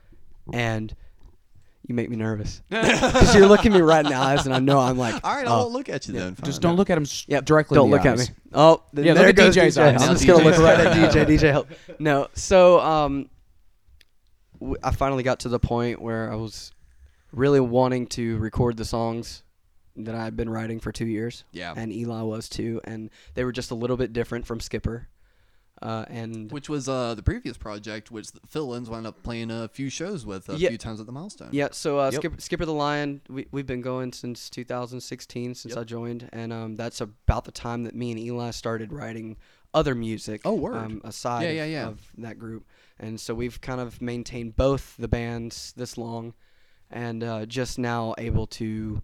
And you make me nervous because you're looking me right in the eyes, and I know I'm like,
All right, I
oh.
won't look at you then.
Just don't look at him s-
Yep,
directly.
Don't
in the
look
eyes.
at me. Oh, th-
yeah,
there
look
goes
at DJ's eyes.
I'm just gonna look right at DJ. DJ, help. No, so um, w- I finally got to the point where I was really wanting to record the songs that I had been writing for two years.
Yeah.
and Eli was too, and they were just a little bit different from Skipper. Uh, and
Which was uh, the previous project, which the Phil-ins wound up playing a few shows with a
Yeah.
few times at the milestone.
Yeah, so uh,
Yep.
Skipper, Skipper the Lion, we, we've been going since 2016, since I joined, and um, that's about the time that me and Eli started writing other music. Oh,
word.
Um, aside
Yeah, yeah,
of-
yeah.
of that group. And so we've kind of maintained both the bands this long and uh, just now able to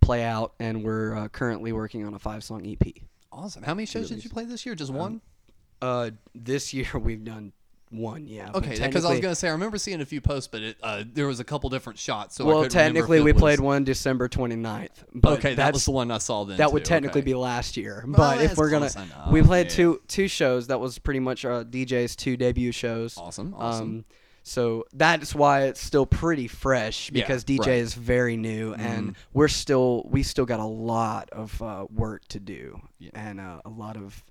play out, and we're uh, currently working on a E five song EP.
Awesome. How many shows did you play this year? Just one?
Uh, this year we've done one, yeah. but
Okay, because I was
technically-
gonna say I remember seeing a few posts, but it, uh, there was a couple different shots. So I
well,
couldn't remember if
technically,
it
we
was-
played one December 29th. But
Okay, that
that's-
was the one I saw then,
That would
too,
technically
okay.
be last year.
Well,
But if
that's
we're gonna,
close enough,
we played
yeah.
two two shows. That was pretty much uh, DJ's two debut shows. Um,
Awesome, awesome.
so that's why it's still pretty fresh
Yeah,
because DJ
right. Mm-hmm.
is very new, and we're still we still got a lot of uh, work to do and uh, a lot of.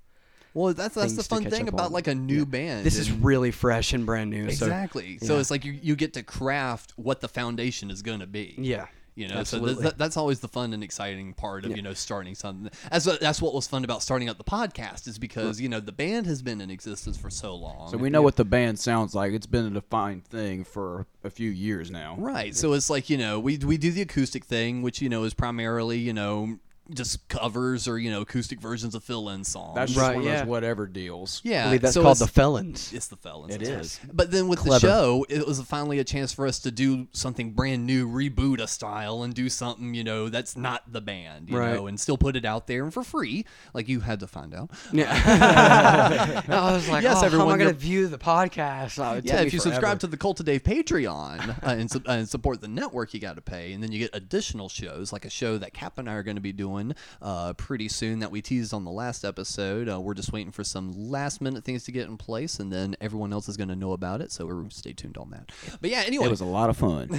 Well, that's that's
things
the
to
fun
catch
thing
up
about
on.
like a new
Yeah.
band.
This is
and-
really fresh and brand new. so-
Exactly. So,
yeah.
it's like you, you get to craft what the foundation is going to be.
Yeah,
You know, so
absolutely.
th- that's always the fun and exciting part of you know starting something. That's what, that's what was fun about starting up the podcast is because you know the band has been in existence for so long.
So we know what the band sounds like. It's been a defined thing for a few years now.
Right. So it's like, you know, we we do the acoustic thing, which, you know, is primarily, you know, just covers or, you know, acoustic versions of fill in songs.
That's just Right, one of those yeah. whatever deals.
Yeah.
I believe that's
so
called the
it's-
Felons.
It's the felons.
It
that's right.
is.
But then with
Clever.
the show, it was finally a chance for us to do something brand new, reboot a style and do something, you know, that's not the band, you
Right.
know, and still put it out there and for free. Like you had to find out.
Yeah. I was like,
yes,
oh,
everyone,
how am I
you're-
going to view the podcast? Oh, it
yeah,
took
if
me
you
forever.
subscribe to the Cult of Dave Patreon uh, and, su- and support the network, you got to pay, and then you get additional shows like a show that Cap and I are going to be doing uh, pretty soon that we teased on the last episode. Uh, we're just waiting for some last minute things to get in place, and then everyone else is going to know about it. So we're stay tuned on that. But yeah, anyway,
It was a lot of fun.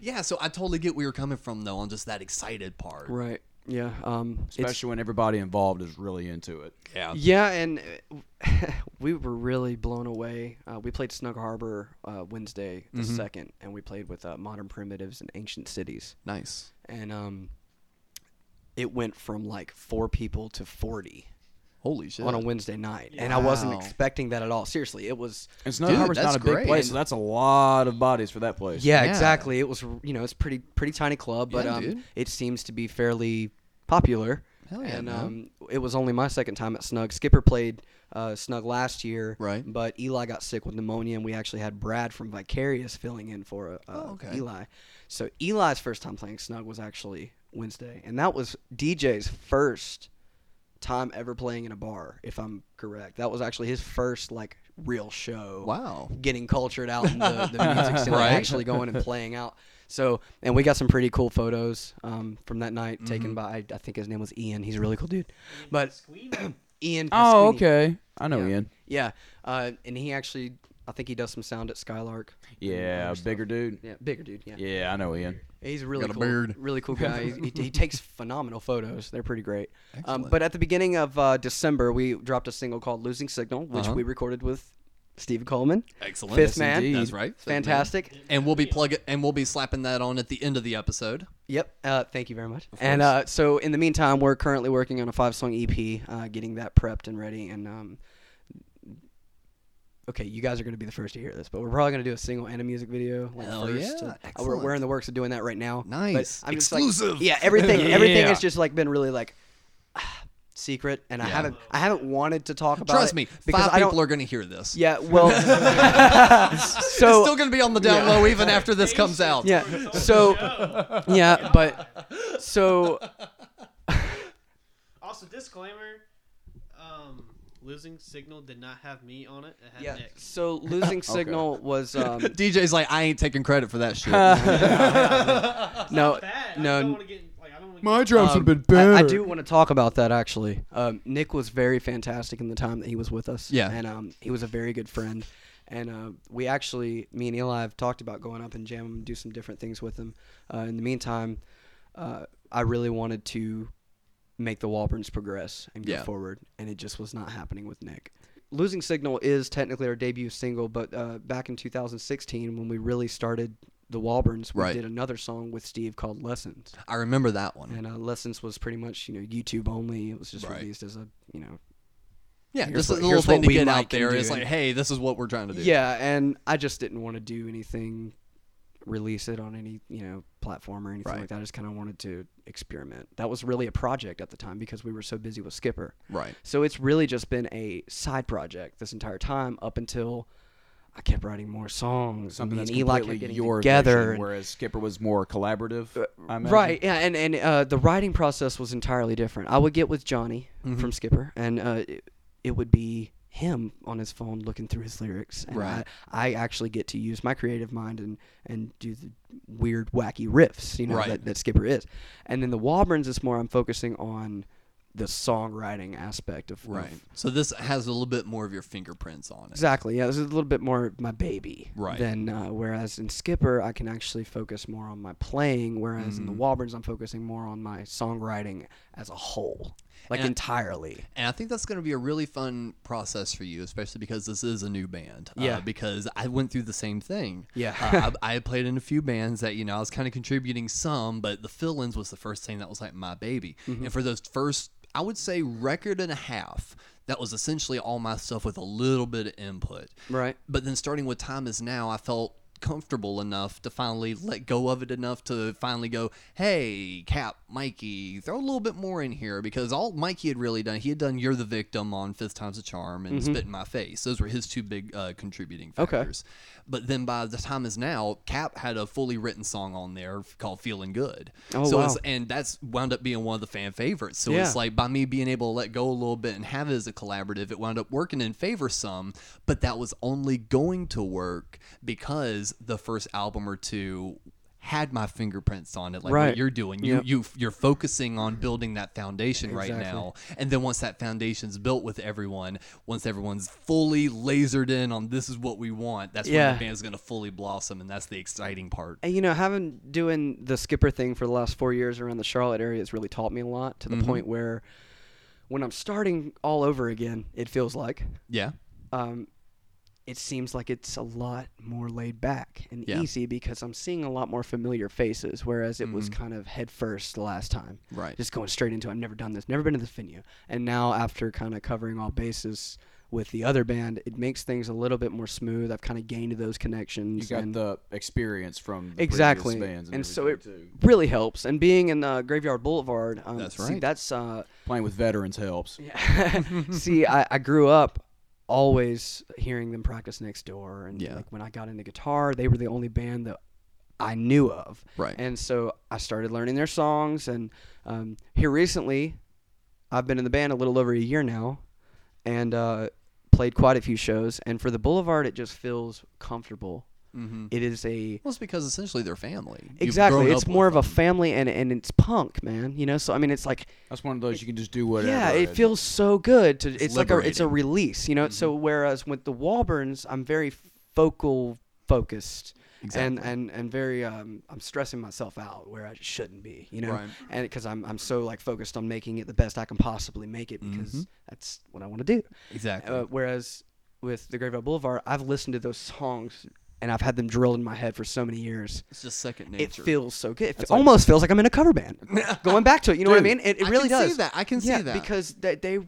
yeah. So I totally get where you're coming from though on just that excited part.
Right. Yeah. Um, it's-
Especially when everybody involved is really into it.
Yeah, and uh, we were really blown away. Uh, we played Snug Harbor uh, Wednesday the
Mm-hmm.
Mhm.
second, and we played with uh, Modern Primitives and Ancient Cities.
Nice.
And um, it went from like four people to forty.
Holy shit!
On a Wednesday night, and I wasn't
Wow.
expecting that at all. Seriously, it was.
And Snug Harbor's not a big place, so that's a lot of bodies for that place.
Yeah, exactly. It was you know it's pretty pretty tiny club, but
Yeah, dude.
um, it seems to be fairly popular.
Hell yeah,
and
man.
um, it was only my second time at Snug. Skipper played uh, Snug last year,
Right.
But Eli got sick with pneumonia, and we actually had Brad from Vicarious filling in for uh,
Oh, okay.
Eli. So Eli's first time playing Snug was actually Wednesday, and that was DJ's first time ever playing in a bar, if I'm correct. That was actually his first like real show.
Wow.
Getting cultured out in the, the music scene, like,
Right.
actually going and playing out. So, and we got some pretty cool photos um, from that night
Mm-hmm.
taken by I think his name was Ian. He's a really cool dude. But Ian.
Oh,
Pasquini.
okay. I know
yeah.
Ian.
Yeah, uh, and he actually, I think he does some sound at Skylark.
Yeah, bigger dude.
Yeah, bigger dude. Yeah.
Yeah, I know Ian.
He's a really
Got a
cool,
beard.
really cool guy. he, he, he takes phenomenal photos. They're pretty great. Um, but at the beginning of uh, December, we dropped a single called "Losing Signal," which
Uh-huh.
we recorded with Steve Coleman.
Excellent.
Fifth man.
That's right. Fifth Man.
Fantastic.
And we'll be plug and we'll be slapping that on at the end of the episode.
Yep. Uh, thank you very much. And uh, so, in the meantime, we're currently working on a five-song EP, uh, getting that prepped and ready. And um, okay, you guys are going to be the first to hear this, but we're probably going to do a single and a music video. Like,
Hell
first.
yeah,
Uh, we're, we're in the works of doing that right now.
Nice.
But I'm just, like-
Exclusive.
yeah, everything. Everything
Yeah.
has just like been really like secret, and I
Yeah.
haven't. I haven't wanted to talk about.
Trust
it
me,
because
five
I
people
don't,
are going to hear this.
Yeah. Well,
it's
so
still going to be on the down
Yeah.
low even after this comes out.
Yeah. So, yeah, but so
Also, disclaimer: um, losing signal did not have me on it. It had
Yeah,
Nick.
so losing signal was um,
DJ's like, I ain't taking credit for that shit.
Uh, no, no.
My drums
um,
have been
I, I
better.
do want to talk about that actually. Um, Nick was very fantastic in the time that he was with us.
Yeah.
and um, he was a very good friend. And uh, we actually, me and Eli, have talked about going up and jam him, do some different things with him. Uh, in the meantime, uh, I really wanted to make the Walburns progress and go
Yeah.
forward, and it just was not happening with Nick. Losing Signal is technically our debut single, but uh, back in 2016, when we really started the Walburns, we
Right.
did another song with Steve called Lessons.
I remember that one.
And uh, Lessons was pretty much you know YouTube only. It was just
Right.
released as a you know.
Yeah,
here's
just a
what-
little
here's what
thing to
we
get
like
out
and
there.
do.
It's like, hey, this is what we're trying to do.
Yeah, and I just didn't want to do anything, release it on any you know platform or anything
Right.
like that. I just kind of wanted to experiment. That was really a project at the time because we were so busy with Skipper.
Right.
So it's really just been a side project this entire time up until I kept writing more songs.
Something
Me
that's
and Eli kept
completely
getting
your
together.
vision,
and- Uh,
whereas Skipper was more collaborative. I imagine.
Right, yeah, and and uh, the writing process was entirely different. I would get with Johnny
Mm-hmm.
Mhm.
from Skipper, and uh, it, it would be him on his phone looking through his lyrics, and
Right.
I, I actually get to use my creative mind and and do the weird wacky riffs, you know,
Right.
that, that Skipper is. And then the Walburns is more I'm focusing on the songwriting aspect of of-
Right. So this has a little bit more of your fingerprints on it.
Exactly. Yeah, this is a little bit more my baby.
Right.
Than uh, whereas in Skipper, I can actually focus more on my playing, whereas
Mm-hmm.
in the Walburns, I'm focusing more on my songwriting as a whole, like
And-
entirely.
And I think that's going to be a really fun process for you, especially because this is a new band. Uh,
Yeah.
because I went through the same thing.
Yeah.
Uh, I, I played in a few bands that, you know, I was kind of contributing some, but the fill ins was the first thing that was like my baby.
Mhm.
And for those first, I would say, record and a half, that was essentially all my stuff with a little bit of input.
Right.
But then starting with Time Is Now, I felt comfortable enough to finally let go of it enough to finally go, hey, Cap, Mikey, throw a little bit more in here because all Mikey had really done, he had done You're the Victim on Fifth Time's a Charm and
Mhm.
Spit in My Face. Those were his two big uh, contributing
Okay.
factors. But then by the time Is Now, Cap had a fully written song on there called Feeling Good.
Oh,
so
wow.
it's, and that's wound up being one of the fan favorites. So
Yeah.
it's like by me being able to let go a little bit and have it as a collaborative, it wound up working in favor some, but that was only going to work because the first album or two had my fingerprints on it like
Right.
what you're doing
Yep.
you you you're focusing on building that foundation right
Exactly.
now and then once that foundation's built with everyone once everyone's fully lasered in on this is what we want that's when
Yeah.
the band's going to fully blossom and that's the exciting part
And you know, having doing the skipper thing for the last four years around the Charlotte area has really taught me a lot to the
Mhm.
point where when I'm starting all over again, it feels like.
Yeah.
Um, it seems like it's a lot more laid back and
Yeah.
easy because I'm seeing a lot more familiar faces, whereas it was
Mhm.
kind of head first the last time.
Right.
Just going straight into I've never done this, never been to this venue. And now after kind of covering all bases with the other band, it makes things a little bit more smooth. I've kind of gained those connections.
You got
and
the experience from the previous
exactly
bands and,
so it
everything, too.
really helps and being in uh, graveyard boulevard um,
That's
see
right.
that's uh,
playing with veterans helps.
see I, I grew up always hearing them practice next door and
Yeah.
like when i got into guitar they were the only band that i knew of
Right.
and so i started learning their songs and um, here recently I've been in the band a little over a year now, and uh, played quite a few shows. And for the Boulevard, it just feels comfortable.
Mhm.
It is a
Well, it's because essentially they're family. You've
exactly.
grown
It's
up
more of a family, and and it's punk, man. You know, so I mean, it's like
That's one of those you can just do whatever.
yeah, it
and-
feels so good to. It's, like a it's a
liberating.
release, you know. So whereas with the Walburns, I'm very focal focused. And,
Exactly.
and and very um, I'm stressing myself out where I shouldn't be, you know,
Right.
and because I'm I'm so like focused on making it the best I can possibly make it because
Mhm.
that's what I want to do.
Exactly.
Uh, whereas with the Graveyard Boulevard, I've listened to those songs and I've had them drilled in my head for so many years.
It's just second
It
nature.
feels so good. It
That's
fe-
like-
almost feels like I'm in a cover band. Going back to it, you know what I
Dude,
mean? It, it
I
really
can see
does.
that. I can see
Yeah,
that.
because they, they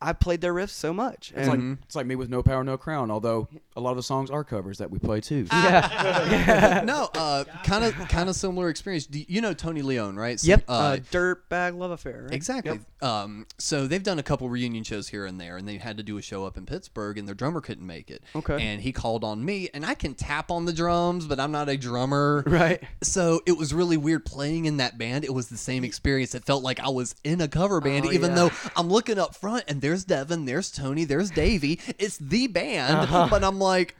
I played their riffs so much.
It's
and-
like Mm-hmm. it's like me with no power, no crown. Although a lot of the songs are covers that we play too.
Ah.
no, uh, kind of kind of similar experience. Do you, you know Tony Leone, right? So,
yep, uh, dirtbag love affair. right?
Exactly.
Yep.
Um, so they've done a couple reunion shows here and there, and they had to do a show up in Pittsburgh, and their drummer couldn't make it.
Okay.
And he called on me, and I can tap on the drums, but I'm not a drummer.
Right.
So it was really weird playing in that band. It was the same experience. It felt like I was in a cover band,
Oh,
even
yeah.
though I'm looking up front, and there's Devin, there's Tony, there's Davey. It's the band,
Uh-huh.
but I'm like.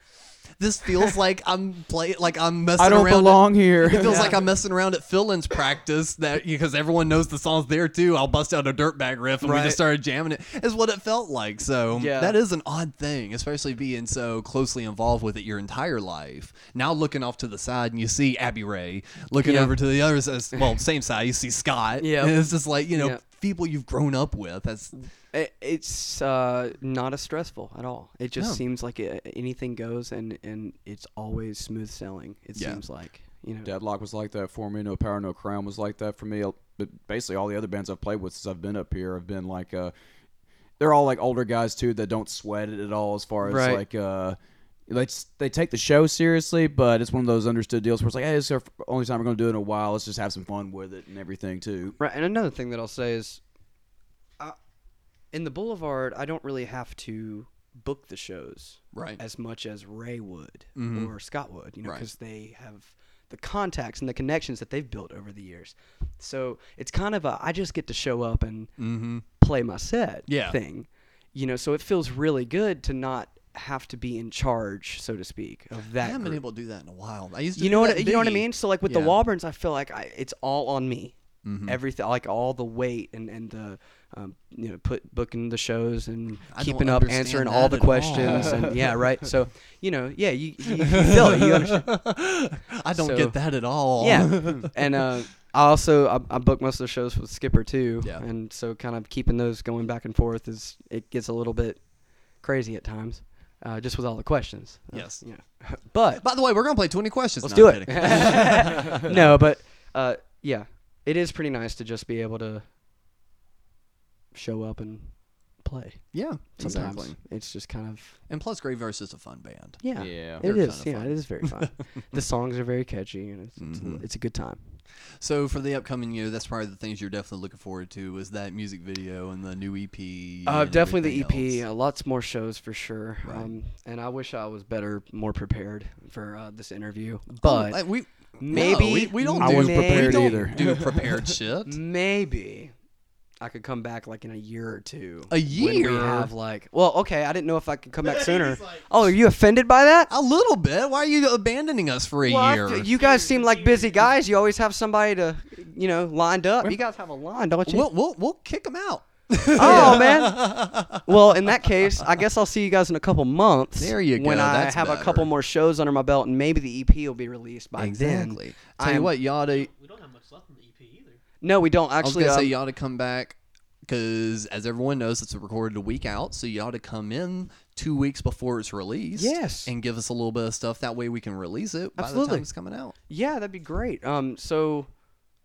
This feels like I'm play like I'm messing
I don't
around at-
belong here.
It feels
Yeah.
like I'm messing around at fill-ins practice that because everyone knows the songs there too. I'll bust out a dirtbag riff and we
Right.
just started jamming it. Is what it felt like. So
Yeah.
that is an odd thing, especially being so closely involved with it your entire life. Now looking off to the side and you see Abby Ray. Looking
Yeah.
over to the other s- well same side you see Scott.
Yeah.
and it's just like you know
Yeah.
people you've grown up with. That's
It, it's uh, not as stressful at all. It just
No.
seems like it, anything goes, and, and it's always smooth sailing. It seems like you know.
Deadlock was like that for me. No Power, No Crown was like that for me. But basically, all the other bands I've played with since I've been up here have been like, uh, they're all like older guys too that don't sweat it at all. As far as
Right.
like, uh, they s- they take the show seriously, but it's one of those understood deals where it's like, hey, it's our f- only time we're gonna do it in a while. Let's just have some fun with it and everything too.
Right, and another thing that I'll say is, uh, in the Boulevard, I don't really have to book the shows
Right.
as much as Ray would
Mhm.
or Scott would, you know,
Right.
because they have the contacts and the connections that they've built over the years. So it's kind of a I just get to show up and
Mhm.
play my set
Yeah.
thing, you know. So it feels really good to not have to be in charge, so to speak, of that.
I haven't been
group
able to do that in a while. I used to
you
do
know
that
what
in
you know what I
Biggie.
mean. So like with
Yeah.
the Walburns, I feel like I, it's all on me.
Mhm.
Everything like all the weight and and the um, you know put booking the shows and
I don't
keeping up,
understand
answering
that
all the
at all.
questions and yeah right. So you know yeah you you, you feel it. You understand.
I don't get that at all.
Yeah, and uh, I also I, I book most of the shows with Skipper too.
Yeah.
and so kind of keeping those going back and forth is it gets a little bit crazy at times, uh, just with all the questions.
Yes.
Yeah. But
by the way, we're gonna play 20 questions.
Let's
No,
do
I'm
it.
kidding.
no, but uh, yeah, it is pretty nice to just be able to show up and play.
Yeah,
sometimes
exactly.
it's just kind of
And plus, Graveverse is a fun band.
yeah,
They're
it
a ton
is.
of
Yeah,
fun.
it is very fun. the songs are very catchy, and it's, it's, a, it's a good time.
So for the upcoming year, that's probably the things you're definitely looking forward to is that music video and the new EP.
Uh,
and
definitely
everything
the EP.
else.
Uh, lots more shows for sure. Um, and I wish I was better, more prepared for uh, this interview. But
like, we- no,
maybe
we- we don't
I do- wasn't prepared we don't either.
do prepared shit.
Maybe I could come back like in a year or two.
A
When we
year?
have like, well, okay, I didn't know if I could come back sooner. oh, are you offended by that?
A little bit. Why are you abandoning us for a
Well, I
year?
feel- you guys seem like busy guys. You always have somebody to, you know, lined up. You guys have a line, don't you?
We'll we'll, we'll kick them out.
oh man. Well, in that case, I guess I'll see you guys in a couple months.
There you
When
go,
I
that's
have a
better.
couple more shows under my belt, and maybe the EP will be released by then.
Exactly. Tell
I
you
am-
what, you ought to.
No, we don't
I was
actually.
gonna say
um,
you ought to come back because, as everyone knows, it's recorded a week out, so you ought to come in two weeks before it's released.
Yes.
and give us a little bit of stuff. That way, we can release it by the
Absolutely.
time it's coming out.
Yeah, that'd be great. Um, so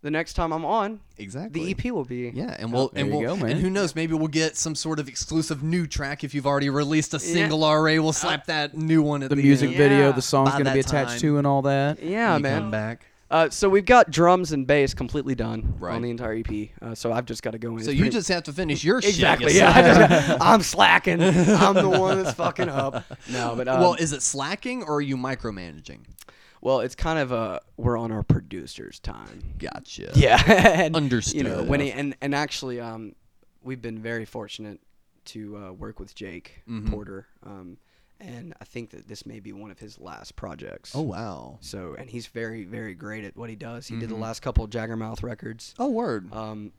the next time I'm on,
Exactly.
the EP will be.
E Yeah, and we'll and
you
we'll
go,
and
man.
who knows, maybe we'll get some sort of exclusive new track if you've already released a single already.
Uh,
We'll slap that new one at the,
The music
end.
video, the song's
By
gonna
that
be attached
time,
to, and all that.
Yeah,
you
man.
Come back.
Uh, so we've got drums and bass completely done
Right.
on the entire EP. Uh, so I've just got to go in.
So
It's
you
pretty-
just have to finish your shit,
exactly.
you
Yeah, I
slacker.
just- I'm slacking. I'm the one that's fucking up. No, but um,
well, is it slacking or are you micromanaging?
well, it's kind of a we're on our producer's time.
Gotcha.
Yeah, and,
Understood.
You know when he and and actually um we've been very fortunate to uh, work with Jake
Mhm.
Porter, um, and I think that this may be one of his last projects.
Oh, wow.
So, and he's very, very great at what he does. He did the
Mhm.
last couple of Jaggermouth records.
Oh, word.
Um,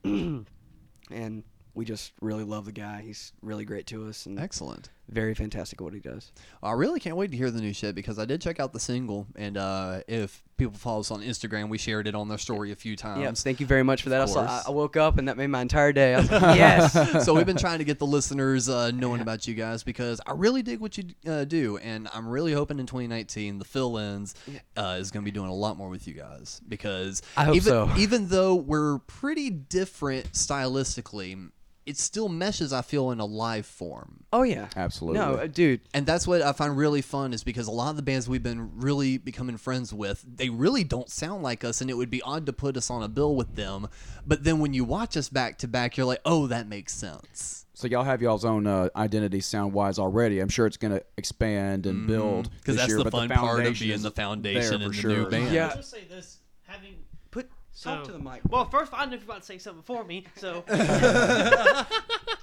and we just really love the guy. He's really great to us. And
Excellent.
Very fantastic at what he does.
I really can't wait to hear the new shit because I did check out the single, and uh, if people follow us on Instagram, we shared it on their story a few times.
Yeah, Um, thank you very much for that. I,
Of
saw, I
course.
I woke up and that made my entire day. I was like, yes.
so we've been trying to get the listeners uh, knowing about you guys because I really dig what you uh, do, and I'm really hoping in 2019 the fill-ins uh, is going to be doing a lot more with you guys because
I hope
even,
so.
even though we're pretty different stylistically, it still meshes. I feel in a live form.
Oh yeah,
absolutely.
No, uh, dude.
And that's what I find really fun is because a lot of the bands we've been really becoming friends with, they really don't sound like us, and it would be odd to put us on a bill with them. But then when you watch us back to back, you're like, oh, that makes sense.
So y'all have y'all's own uh, identity sound wise already. I'm sure it's going to expand and build this
Because Mm-hmm. that's
year,
the
but
fun
the
part of
foundation
being
is
the
there
foundation
for
and the
sure.
new band.
I will say this, having
put
so,
to the mic.
Well, first I know if you're about to say something for me, so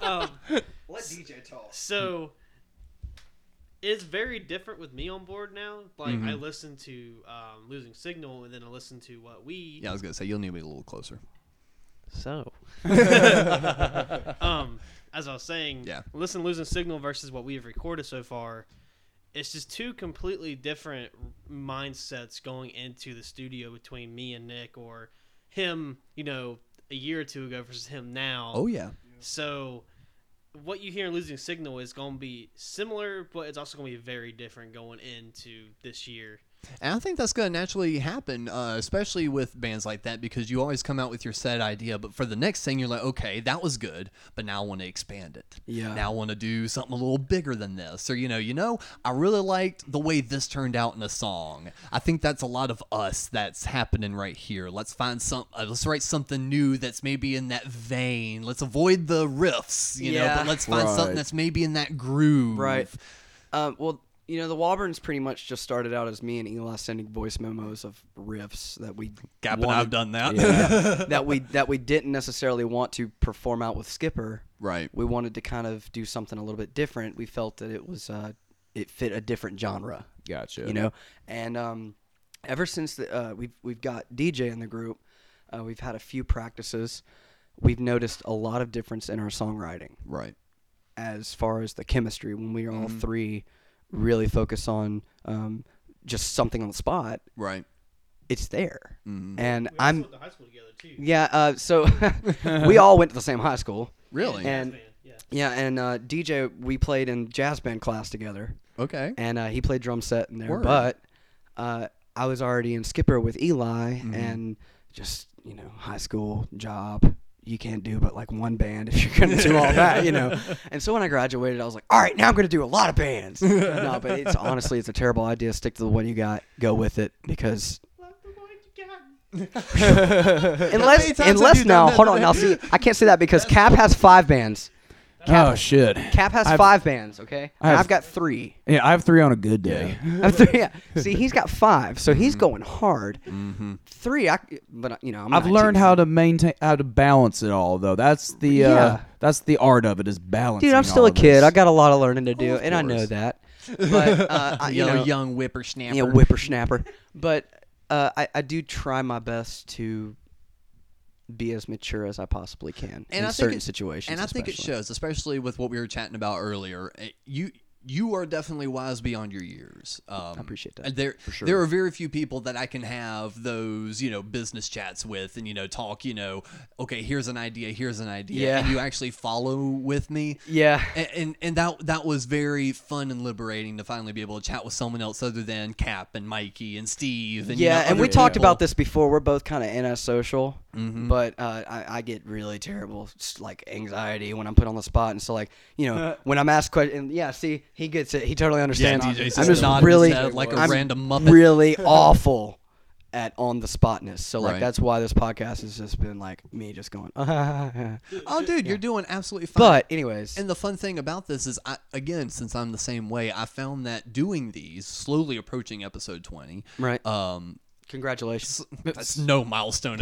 um,
Let DJ talk.
So it's very different with me on board now. Like I
Mhm.
listen to um, Losing Signal, and then I listen to what we.
Yeah, I was gonna say you'll need me a little closer.
So, um, as I was saying,
Yeah.
listen, losing signal versus what we have recorded so far, it's just two completely different mindsets going into the studio between me and Nick, or him, you know, a year or two ago versus him now.
Oh, yeah.
So, what you hear in losing signal is going to be similar, but it's also going to be very different going into this year.
And I think that's going to naturally happen, uh, especially with bands like that, because you always come out with your set idea, but for the next thing, you're like, okay, that was good, but now I want to expand it.
Yeah.
Now I want to do something a little bigger than this. Or, you know, you know, I really liked the way this turned out in a song. I think that's a lot of us that's happening right here. Let's find some, uh, let's write something new that's maybe in that vein. Let's avoid the riffs, you know,
Yeah.
but let's find something
Right.
that's maybe in that groove.
Right. Um, well, you know, the Walburns pretty much just started out as me and Eli sending voice memos of riffs that we
Gap and
wanted-
I've done that.
Yeah. that we that we didn't necessarily want to perform out with Skipper.
Right.
We wanted to kind of do something a little bit different. We felt that it was uh, it fit a different genre.
Gotcha.
You know, and um, ever since the, uh, we've we've got DJ in the group, uh, we've had a few practices. We've noticed a lot of difference in our songwriting.
Right.
As far as the chemistry, when we all
Mm.
Mhm.
three really focus on um, just something on the spot,
right?
It's there,
Mhm.
and
We also
I'm.
went to high school together, too.
Yeah, uh, so we all went to the same high school.
Really?
And yeah, and uh, DJ, we played in jazz band class together.
Okay.
And uh, he played drum set in there,
Word.
but uh, I was already in skipper with Eli,
Mm-hmm.
Mhm.
and just you know, high school job. You can't do but like one band if you're gonna do all that, you know. And so when I graduated, I was like, all right, now I'm gonna do a lot of bands. no, but it's honestly, it's a terrible idea. Stick to the one you got. Go with it because unless unless now hold on now see I can't say that because Cap has five bands.
oh shit.
Cap has
I've-
five bands, okay?
I
And
have-
I've got three.
Yeah, I have three on a good day.
I'm three. Yeah. See, he's got five, so
Mm-hmm.
he's going hard. Three, I
uh,
but you know I'm
I've
19.
learned how to maintain how to balance it all though. That's the uh,
Yeah.
that's the art of it is balancing.
Dude, I'm still
all
a
of
kid.
this.
I got a lot of learning to do,
of
and I know
course.
that. But uh, I, you
You're a
know,
young whippersnapper.
Yeah, whippersnapper. But uh, I, I do try my best to be as mature as I possibly can in certain
it-
situations.
And I think it
especially.
shows, especially with what we were chatting about earlier. Eh, You you are definitely wise beyond your years. Um, I appreciate that. There,
sure.
there are very few people that I can have those, you know, business chats with, and you know, talk. You know, okay, here's an idea, here's an idea,
Yeah.
and you actually follow with me.
Yeah.
and, and and that that was very fun and liberating to finally be able to chat with someone else other than Cap and Mikey and Steve. And, you
yeah,
know,
and
other
we talked
people.
about this before. We're both kind of antisocial,
Mhm.
but uh, I, I get really terrible s- like anxiety when I'm put on the spot, and so like you know
Uh.
when I'm asked questions, yeah, see, he gets it. He totally understands.
DJ said
I'm just
nodded his
really
head like a
I'm
random Muppet.
Really awful at on the spotness. So like
Right.
that's why this podcast has just been like me just going.
Oh, dude, you're doing absolutely fine.
But anyways,
and the fun thing about this is, I, again, since I'm the same way, I found that doing these, slowly approaching episode 20,
Right.
um,
Congratulations.
That's no milestone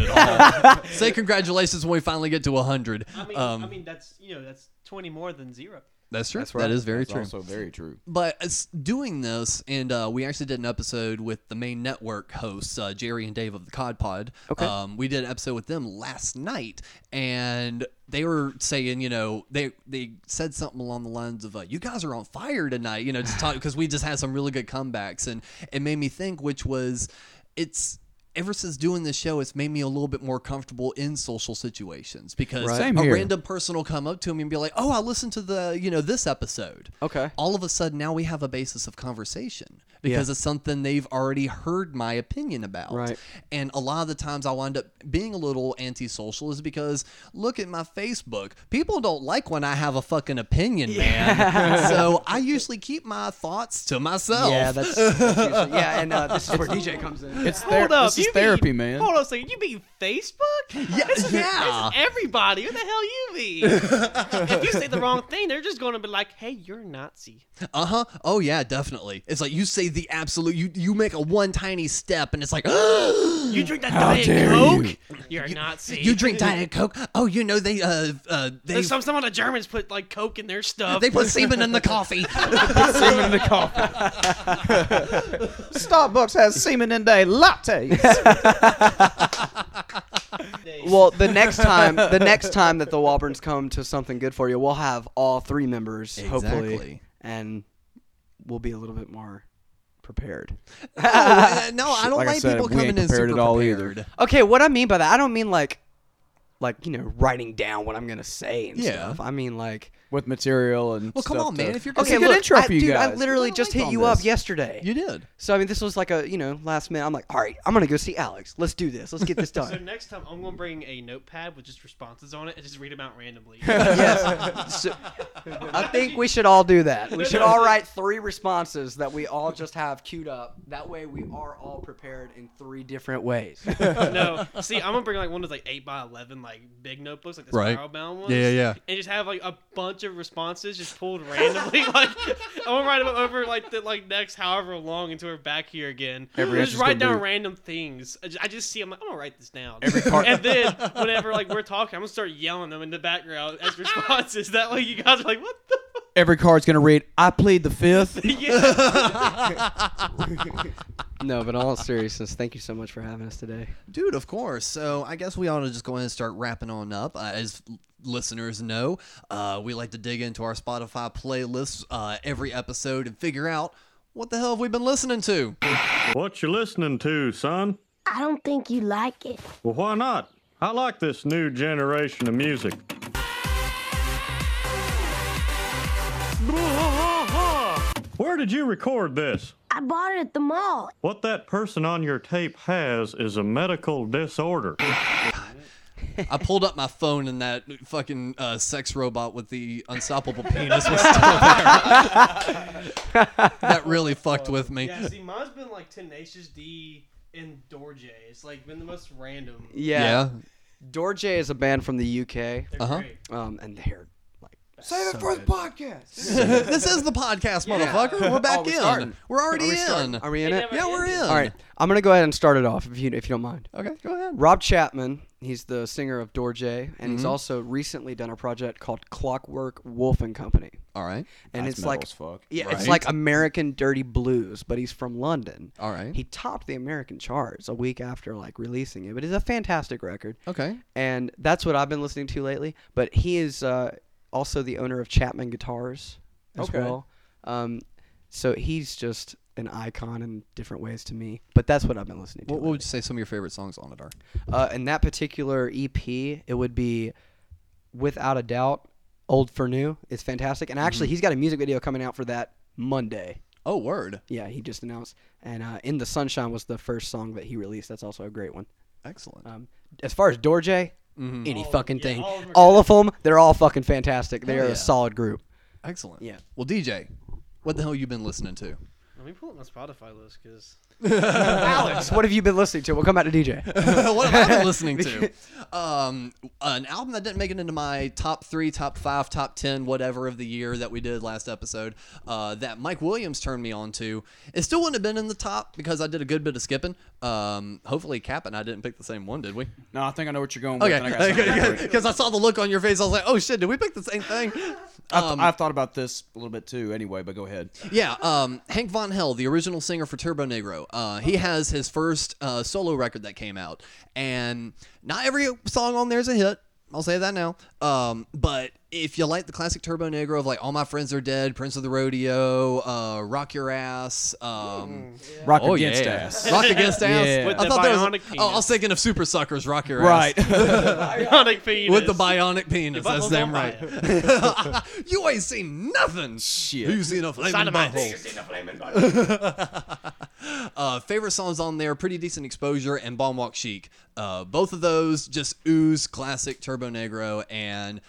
at all. Say congratulations when we finally get to 100.
I mean,
um,
I mean that's you know that's twenty more than zero.
That's true.
That's
That's
right.
very
That's
true.
also very true.
But it's doing this, and uh, we actually did an episode with the main network hosts, uh, Jerry and Dave of the Cod Pod.
Okay.
Um, we did an episode with them last night, and they were saying, you know, they they said something along the lines of, uh, "You guys are on fire tonight," you know, just talk because we just had some really good comebacks, and it made me think, which was, it's. Ever since doing this show, it's made me a little bit more comfortable in social situations because
Right. Same
a
here.
random person will come up to me and be like, "Oh, I listened to the you know this episode,"
Okay.
all of a sudden now we have a basis of conversation because
Yeah.
it's something they've already heard my opinion about.
Right.
And a lot of the times I wind up being a little antisocial is because look at my Facebook. People don't like when I have a fucking opinion, man. so I usually keep my thoughts to myself.
Yeah, that's- that's usually- yeah, and, uh, this is where DJ comes in. It's ther- Hold up, this is you therapy, mean- man.
Hold on a second. You mean Facebook? Yeah, this is,
yeah.
This is everybody. Who the hell you mean? if you say the wrong thing, they're just going to be like, "Hey, you're a Nazi."
Uh huh. Oh yeah, definitely. It's like you say the absolute. You you make a one tiny step, and it's like "Ah!"
you drink that
How
Diet
dare
Coke. You. are a Nazi.
You drink Diet Coke. Oh, you know they uh uh they
Some some of the Germans put like Coke in their stuff.
They put semen in the coffee.
semen in the coffee. Starbucks has semen in their lattes.
Well, the next time, the next time that the Walburns come to something good for you, we'll have all three members hopefully,
Exactly.
and we'll be a little bit more prepared.
No, uh, no, I don't
like I
like
said,
people
we ain't
coming in
prepared
super
at all either.
prepared.
Okay, what I mean by that, I don't mean like, like you know, writing down what I'm gonna say and
Yeah.
stuff. I mean like.
with material and
Well, come
stuff
on, man.
to-
If you're
It's a good
look,
intro
I,
for you
dude,
guys.
I literally just hit
on
you
this.
up yesterday.
You did.
So I mean, this was like a you know last minute. I'm like, all right, I'm gonna go see Alex. Let's do this. Let's get this
So
done.
next time, I'm gonna bring a notepad with just responses on it and just read them out randomly.
yes. So, I think we should all do that. We should all write three responses that we all just have queued up. That way, we are all prepared in three different ways.
no, see, I'm gonna bring like one of those like eight by eleven like big notebooks, like the
Right.
spiral bound ones.
Yeah, yeah, yeah.
And just have like a bunch of responses just pulled randomly. like I'm gonna write them over like the like next however long until we're back here again.
Every
just
answer's
write
gonna
down
be-
random things. I just, I just see. I'm like, I'm gonna write this down.
Every part-
And then whenever like we're talking, I'm gonna start yelling them in the background as responses. That way you guys are like, what the.
Every card's gonna read, "I plead the fifth.
Yeah.
no, but in all seriousness, thank you so much for having us today.
Dude, of course. So I guess we ought to just go ahead and start wrapping on up. Uh, as l- listeners know, uh, we like to dig into our Spotify playlists uh, every episode and figure out what the hell have we been listening to.
What you listening to, son?
I don't think you like it.
Well, why not? I like this new generation of music. Where did you record this?
I bought it at the mall.
What that person on your tape has is a medical disorder.
I pulled up my phone and that fucking uh, sex robot with the unstoppable penis was still there. that really fucked with me.
Yeah, see, mine's been like Tenacious D and Dorje. It's like been the most random.
Yeah.
Yeah.
Dorje is a band from the UK.
Uh-huh.
great.
Um, and they're like
Save
so
it for
good.
the podcast.
this is the podcast, motherfucker. We're back
Oh,
in.
starting.
We're already
Are we
in.
starting? Are we in it?
Yeah, we're in.
All right, I'm gonna go ahead and start it off if you if you don't mind.
Okay, go ahead.
Rob Chapman, he's the singer of Dorje, and he's
Mhm.
also recently done a project called Clockwork Wolf and Company.
All right,
and
That's
it's
metal
like
as fuck.
yeah, it's
Right.
like American Dirty Blues, but he's from London.
All right,
he topped the American charts a week after like releasing it, but it's a fantastic record.
Okay,
and that's what I've been listening to lately. But he is uh, also the owner of Chapman Guitars as
Okay.
well. Um, so he's just an icon in different ways to me. But that's what I've been listening to.
What, what would you say some of your favorite songs on it are?
Uh, in that particular EP, it would be without a doubt "Old for New." It's fantastic, and actually,
Mhm.
he's got a music video coming out for that Monday.
Oh, word!
Yeah, he just announced. And uh, "In the Sunshine" was the first song that he released. That's also a great one.
Excellent.
Um, as far as Dorje,
Mhm.
any
All of-
fucking
yeah,
thing,
all of 'em are Oh,
all of them, they're all fucking fantastic. They're
yeah.
a solid group.
Excellent.
Yeah.
Well, DJ, what the hell you been listening to?
Let me pull up my Spotify list because
Alex, what have you been listening to? We'll come back to DJ.
what have I been listening to? Um, an album that didn't make it into my top three, top five, top ten, whatever of the year that we did last episode. Uh, that Mike Williams turned me on to. It still wouldn't have been in the top because I did a good bit of skipping. Um, hopefully, Cap and I didn't pick the same one, did we?
No, I think I know what you're going with. and I got something
Okay,
different.
because I saw the look on your face. I was like, oh shit, did we pick the same thing?
I've, I've thought about this a little bit too. Anyway, but go ahead.
yeah, um, Hank Von Hell, the original singer for Turbo Negro, uh, he has his first uh, solo record that came out, and not every song on there is a hit. I'll say that now. Um, but if you like the classic Turbo Negro of like All My Friends Are Dead, Prince of the Rodeo, uh, Rock Your Ass, um,
Rock Against Ass.
Rock Against Ass.
Yeah. Oh, With
I
the
thought that was.
bionic
Oh, I was thinking of Super Suckers, Rock Your
Right.
Ass.
bionic penis.
With the bionic penis. That's
butthole's
damn
on
right. you ain't seen nothing. Shit. You seen a flaming
Sodomite.
butthole.
You seen a flaming
uh, favorite songs on there, Pretty Decent Exposure and Bomb Walk Chic. Uh, both of those just ooze classic Turbo Negro. And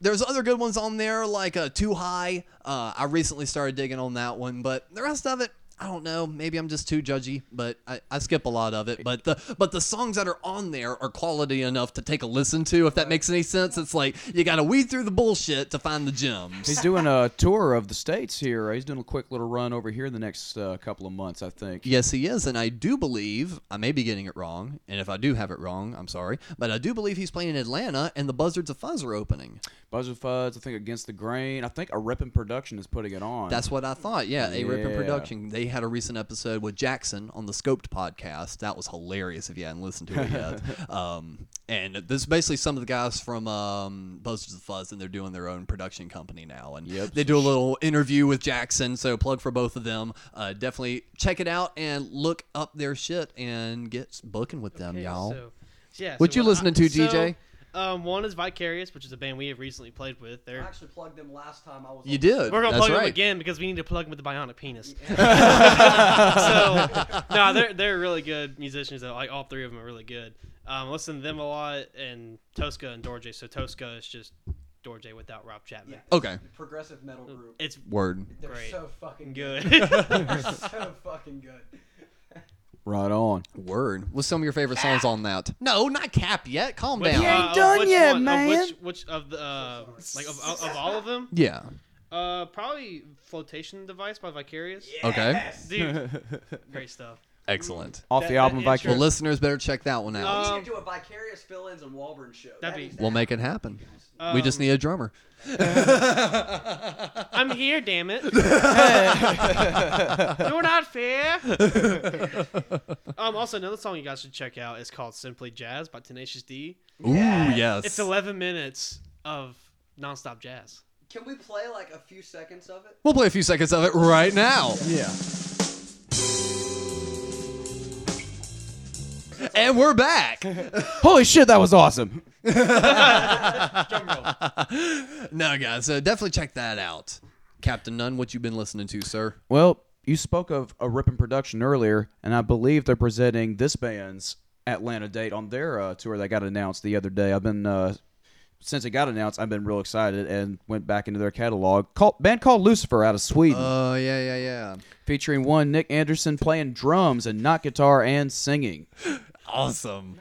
there's other good ones on there, like uh, Too High. Uh, I recently started digging on that one, but the rest of it, I don't know. Maybe I'm just too judgy, but I, I skip a lot of it. But the but the songs that are on there are quality enough to take a listen to. If that makes any sense, it's like you got to weed through the bullshit to find the gems.
He's doing a tour of the states here. He's doing a quick little run over here in the next uh, couple of months, I think.
Yes, he is, and I do believe I may be getting it wrong, and if I do have it wrong, I'm sorry, but I do believe he's playing in Atlanta, and the Buzzards of Fuzz are opening.
Buzzer Fuzz, I think Against the Grain. I think a Rippin' Production is putting it on.
That's what I thought. Yeah, a ripping
Yeah.
production. They had a recent episode with Jackson on the Scoped podcast. That was hilarious. If you hadn't listened to it yet, um, and this is basically some of the guys from um, Buzzards of Fuzz, and they're doing their own production company now, and they do a little interview with Jackson. So plug for both of them. Uh, definitely check it out and look up their shit and get booking with them, y'all.
So, yeah.
what
so
you
what I-
listening to,
so,
DJ?
Um, one is Vicarious, which is a band we have recently played with. They're
actually plugged them last time I was
You did.
We're gonna
That's
plug
right.
them again because we need to plug them with the bionic penis. so no, they're they're really good musicians. Though. Like all three of them are really good. Um, listen to them a lot and Tosca and Dorje. So Tosca is just Dorje without Rob Chapman.
Okay.
Progressive metal group.
It's
Word.
They're
great.
so fucking
Good.
good. They're so fucking good.
Right on.
Word. What's some of your favorite songs on that? No, not Cap yet. Calm
Which-
down.
uh, which one- of which, which of the uh, like of, of, of all of them?
Yeah.
Uh, probably flotation device by Vicarious.
Okay.
dude, great stuff.
Excellent.
Off
That-
the
that
album
intro-
Well, listeners better check that one out.
Um,
we should do a vicarious fill-ins and Walburn show.
That'd be-
we'll make it happen. we just
Um,
need a drummer.
I'm here, damn it. You're not fair. um, also, another song you guys should check out is called Simply Jazz by Tenacious D.
Ooh, Yes. yes.
It's 11 minutes of nonstop jazz.
Can we play like a few seconds of it?
We'll play a few seconds of it right now.
Yeah.
And we're back.
Holy shit, that was awesome.
no, guys. So definitely check that out. Captain Nunn, what you been listening to, sir?
Well, you spoke of a Rippin' Production earlier, and I believe they're presenting this band's Atlanta date on their uh, tour that got announced the other day. I've been uh, since it got announced, I've been real excited and went back into their catalog. Called, band called Lucifer out of Sweden.
Oh, yeah, yeah, yeah.
featuring one Nick Anderson playing drums and not guitar and singing.
Awesome.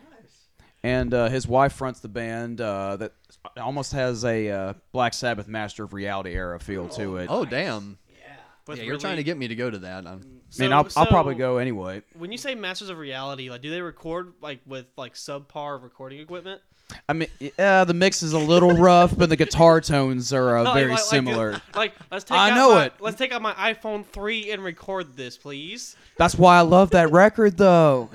And uh, his wife fronts the band uh, that almost has a uh, Black Sabbath Master of Reality era feel to it.
Oh, damn. Yeah,
With
you're trying to
really-
get me to go to that. um, i
I mean, I'll, I'll probably go anyway.
When you say Masters of Reality, like, do they record like with like subpar recording equipment?
I mean, yeah, the mix is a little rough, but the guitar tones are uh,
No, like-
very
like- like,
similar.
Like, let's take
I
out
know
my-
it.
Let's take out my iPhone 3 and record this, please.
That's why I love that record, though.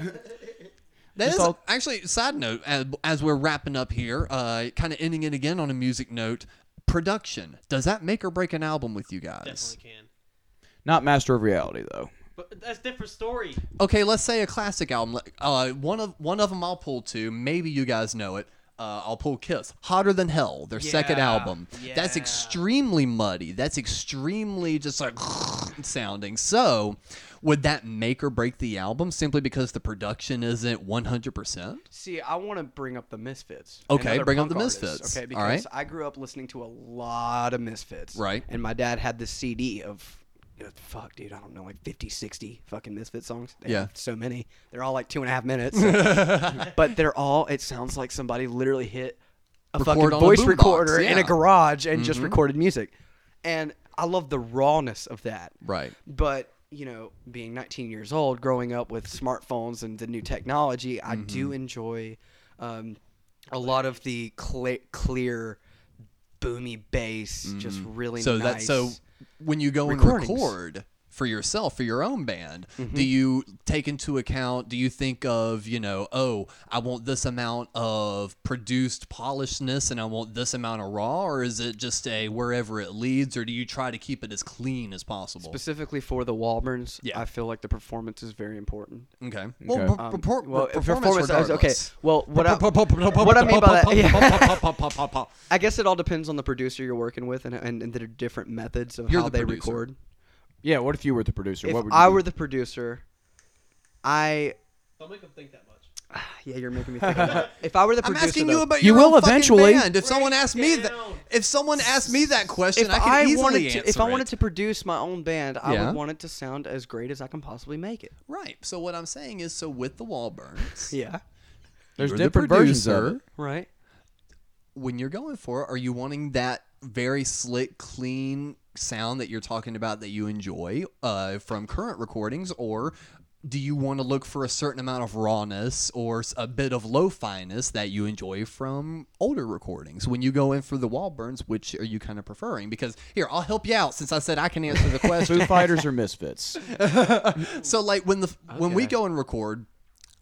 That
It's
is
all-
actually side note as, as we're wrapping up here, uh, kind of ending it again on a music note. Production does that make or break an album with you guys?
Not Master of Reality, though.
But that's a different story.
Okay, let's say a classic album. like, Uh, one of one of them I'll pull to. Maybe you guys know it. Uh, I'll pull Kiss, "Hotter Than Hell," their second
Yeah,
album. That's extremely muddy. That's extremely just like sounding. So, would that make or break the album simply because the production isn't one hundred percent?
See, I want to bring up the Misfits.
Okay,
and other
bring up
punk
the
artists,
Misfits.
Okay, because
All right.
I grew up listening to a lot of Misfits.
Right.
And my dad had this CD of
uh, fuck, dude, I don't know, like 50, 60 fucking Misfit songs. They
Yeah.
have so many. They're all like two and a half minutes. so- but they're all, it sounds like somebody literally hit a
Record
fucking
on a
voice
boombox,
recorder
yeah.
in a garage and just
Mhm.
recorded music. And I love the rawness of that.
Right.
But, you know, being 19 years old, growing up with smartphones and the new technology, I do
Mhm.
enjoy um, a lot of the cle clear, boomy bass, just
Mhm.
really
so
nice.
so when you go and
recordings.
record for yourself for your own band do you take into account do you think of you know oh i want this amount of produced polishedness and i want this amount of raw or is it just a wherever it leads or do you try to keep it as clean as possible
specifically for the Walburns, I feel like the performance is very important.
Okay. Um, Well, per- perfor-
well,
per-
performance.
performance
I was- okay.
regardless.
Well, what I,
Pop, pop, pop, pop,
what I mean by
pop, pop,
that,
pop, pop,
yeah.
pop.
I guess it all depends on the producer you're working with and and, and the different methods of
You're
how
the
they
producer.
record.
Yeah, what if you were the producer?
If
what would you
I
do?
were the producer, I
Don't make them think that much.
yeah, you're making me think. of that. If I were the
I'm
producer,
asking
though-
you about your own fucking band. If someone asked me that, if someone asked me that question,
if
I could easily
wanted
answer
to, if I
it.
wanted to produce my own band, I
Yeah.
would want it to sound as great as I can possibly make it.
Right. So what I'm saying is, so with the Wahlburns,
yeah,
There's
you're the
different versions of
producer.
it.
Right.
When you're going for it, are you wanting that very slick, clean sound that you're talking about that you enjoy uh, from current recordings, or do you want to look for a certain amount of rawness or s- a bit of lo-finess that you enjoy from older recordings when you go in for the Wahlburns? Which are you kind of preferring? Because here, I'll help you out since I said I can answer the question.
Foo Fighters or Misfits? Mm-hmm.
so like when the when we
Okay.
go and record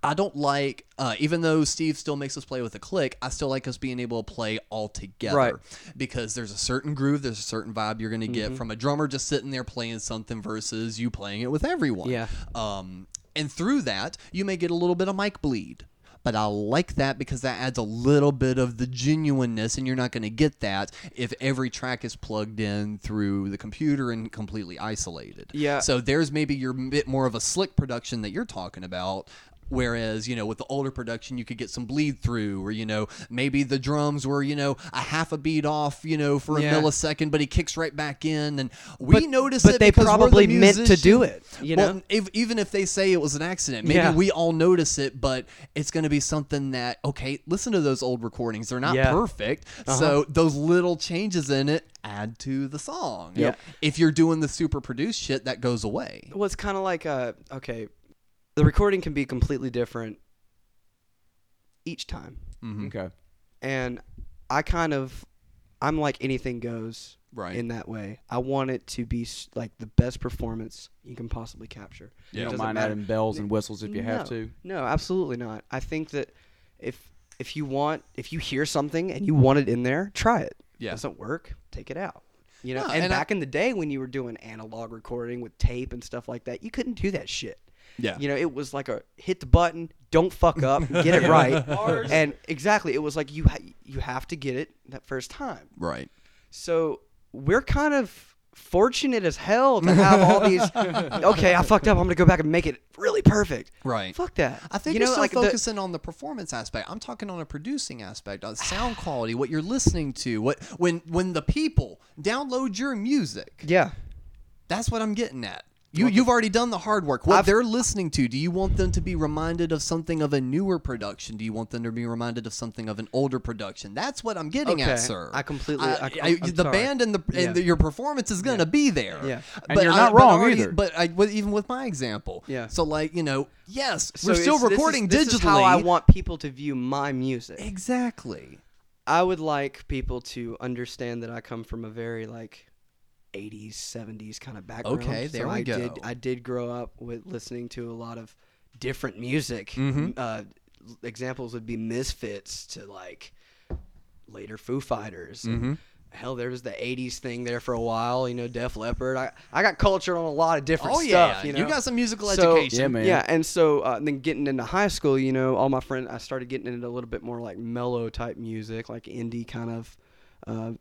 i don't like uh, even though steve still makes us play with a click i still like us being able to play all together
Right.
because there's a certain groove there's a certain vibe you're going to get
Mhm.
from a drummer just sitting there playing something versus you playing it with everyone
Yeah.
um, and through that you may get a little bit of mic bleed but I like that because that adds a little bit of the genuineness, and you're not going to get that if every track is plugged in through the computer and completely isolated.
Yeah.
So there's maybe your bit more of a slick production that you're talking about. Whereas, you know, with the older production, you could get some bleed through, or, you know, maybe the drums were, you know, a half a beat off, you know, for a
Yeah.
millisecond, but he kicks right back in. And we
But-
notice
but
it
they
because we're the
probably meant to do
musician.
it, you
Well,
know?
if, even if they say it was an accident, maybe
Yeah.
we all notice it, but it's going to be something that, okay, listen to those old recordings. They're not
Yeah.
perfect. So
Uh-huh.
those little changes in it add to the song.
Yep.
If you're doing the super produced shit, that goes away.
Well, it's kind of like uh, okay, the recording can be completely different each time,
Mhm.
Okay.
and I kind of, I'm like anything goes.
Right.
In that way, I want it to be s- like the best performance you can possibly capture.
You
It
don't
doesn't
mind
matter.
adding bells and whistles if you have
No.
to?
No, absolutely not. I think that if if you want, if you hear something and you want it in there, try it.
Yeah.
Doesn't work? Take it out. You know,
No,
and,
and I-
back in the day when you were doing analog recording with tape and stuff like that, you couldn't do that shit.
Yeah.
You know, it was like a hit the button, don't fuck up, get it right.
Bars.
and exactly, it was like you ha- you have to get it that first time.
Right.
So we're kind of fortunate as hell to have all these. okay, I fucked up. I'm gonna go back and make it really perfect.
Right.
Fuck that.
I think
you
you
know,
are still
like the,
focusing on the performance aspect. I'm talking on a producing aspect, on sound quality, what you're listening to, what when when the people download your music.
Yeah.
That's what I'm getting at. You, you've already done the hard work. What they're listening to, do you want them to be reminded of something of a newer production? Do you want them to be reminded of something of an older production? That's what I'm getting
Okay.
at, sir.
I completely- I- I'm
the
sorry.
band and the and
Yeah.
the, your performance is going to be there.
Yeah.
And you're not
but
wrong
already-
either.
But I, with, even with my example,
Yeah.
So like you know, yes, we're
So
still
it's- this is-
recording
this
digitally.
is how I want people to view my music.
Exactly.
I would like people to understand that I come from a very like 80s, 70s kind of background.
Okay, there
so
we
I
go.
Did, I did grow up with listening to a lot of different music.
Mhm.
Uh, examples would be Misfits to like later Foo Fighters. and
Mhm.
Hell, there was the '80s thing there for a while, you know, Def Leppard. I, I got cultured on a lot of different
Oh, yeah,
stuff.
yeah.
you know,
You got some musical
So-
education. Yeah, man.
Yeah, and so uh, then getting into high school, you know, all my friends, I started getting into a little bit more like mellow type music, like indie kind of. Uh,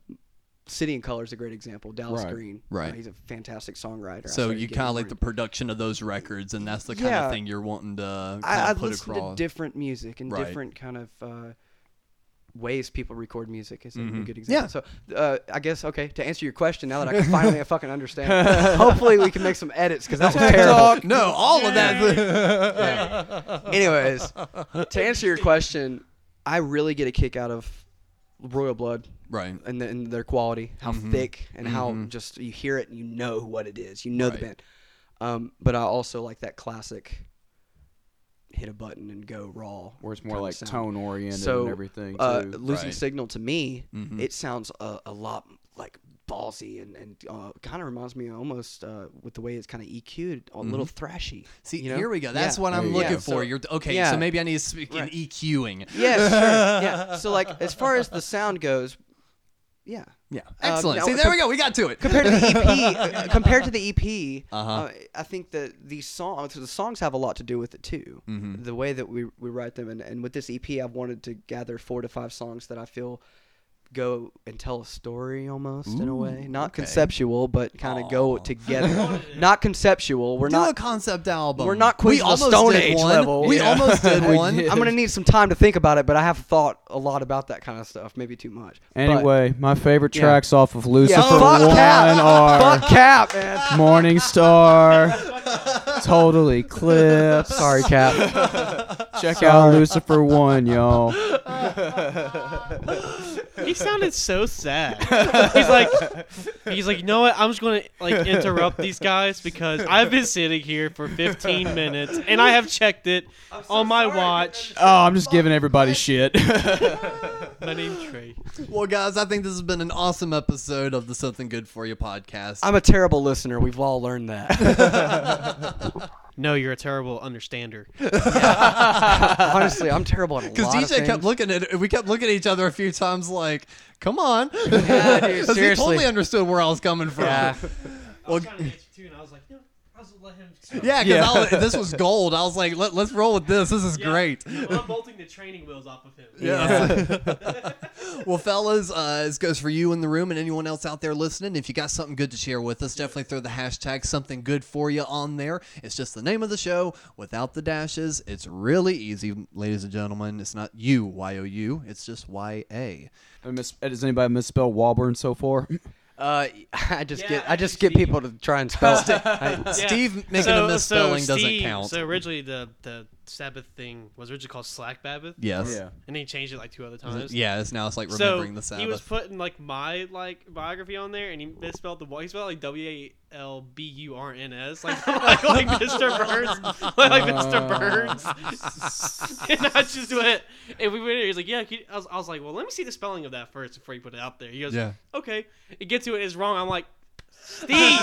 City and Color is a great example. Dallas
Right,
Green,
right.
Uh, he's a fantastic songwriter.
So
I started
you
getting
kind of
more
like the production of those records, and that's the kind
Yeah.
of thing you're wanting to
I,
kinda
I
put
listened
across.
to different music and
Right.
different kind of uh, ways people record music is a
Mhm.
good example. So uh, I guess okay to answer your question now that I can finally fucking understand. Hopefully we can make some edits because that was terrible.
TikTok. No, all of that.
Yeah. Anyways, to answer your question, I really get a kick out of Royal Blood,
right?
And, the, and their quality, how
Mm-hmm.
Mhm.
thick and how
Mhm.
just you hear it and you know what it is. You know
Right.
the band. Um, but I also like that classic hit a button and go raw
Where it's more
kinda
like
sound.
tone-oriented and everything,
uh,
too.
losing
Right.
signal to me
Mhm.
it sounds a, a lot like ballsy and, and uh, kind of reminds me almost uh, with the way it's kind of EQ'd
Mm-hmm.
a little thrashy
See,
you know?
here we go.
Yeah.
That's what I'm
Yeah.
looking
So-
for. You're okay.
yeah.
So maybe I need to speak in E EQing.
Yeah, sure. Yeah. So like as far as the sound goes, yeah.
Yeah.
Um,
Excellent.
now,
See, there
com-
we go. We got to it.
Compared to the EP, uh, compared to the EP, uh
Uh-huh.
I think that these songs, the songs have a lot to do with it too.
Mhm.
The way that we, we write them, and, and with this EP, I've wanted to gather four to five songs that I feel go and tell a story almost in a way, not conceptual, but kind of go together. not conceptual. We're
Do
not
a concept album.
We're not
We
Queens of the
almost
Stone
did
Age
one.
level.
We almost did one.
I'm gonna need some time to think about it, but I have thought a lot about that kind of stuff. Maybe too much.
Anyway, my favorite
Yeah.
tracks off of Lucifer
fuck
One
Cap.
are
Fuck Cap, man.
Morning Star, Total Eclipse.
Sorry, Cap.
Check out
Sorry.
Lucifer One, y'all.
he sounded so sad. He's like, he's like, you know what? I'm just gonna like interrupt these guys because I've been sitting here for 15 minutes and I have checked it on my watch.
Oh, I'm just giving everybody shit.
my name's Trey.
Well, guys, I think this has been an awesome episode of the Something Good for You podcast.
I'm a terrible listener. We've all learned that.
No, you're a terrible understander.
Honestly, I'm terrible at a
Because
lot of
DJ kept
things.
looking at we kept looking at each other a few times, like, "Come on,"
Yeah, dude,
'Cause he
seriously.
totally understood where I was coming from.
Yeah.
Well,
Too, and I was like, no, I was let him.
yeah,
Yeah.
because this was gold. I was like, Let, "Let's roll with this. This is great."
Well, I'm bolting the training wheels off of him.
Yeah. well, fellas, uh, this goes for you in the room and anyone else out there listening. If you got something good to share with us, definitely throw the hashtag something good for you on there. It's just the name of the show without the dashes. It's really easy, ladies and gentlemen. It's not you, Y O U. It's just Y A.
Does anybody misspell Walburn so far?
Uh, I just get I just get people to try and spell. it. I-
So- so Steve- So originally the the Sabbath thing was originally called Slack Babbath.
Yes. Yeah.
And then he changed it like two other
Is it-
times.
yeah, it's now it's like
So
remembering the
He was
Sabbath.
putting like my like biography on there, and he misspelled the he spelled like W A L B U R N S like like, like Mr. Burns, like, like
Uh.
Mr. Burns. and I just went, and we went. in, He's like, yeah. can you-" I was, I was like, well, let me see the spelling of that first before you put it out there. He goes,
Yeah.
okay. It gets to it is wrong. I'm like, Steve.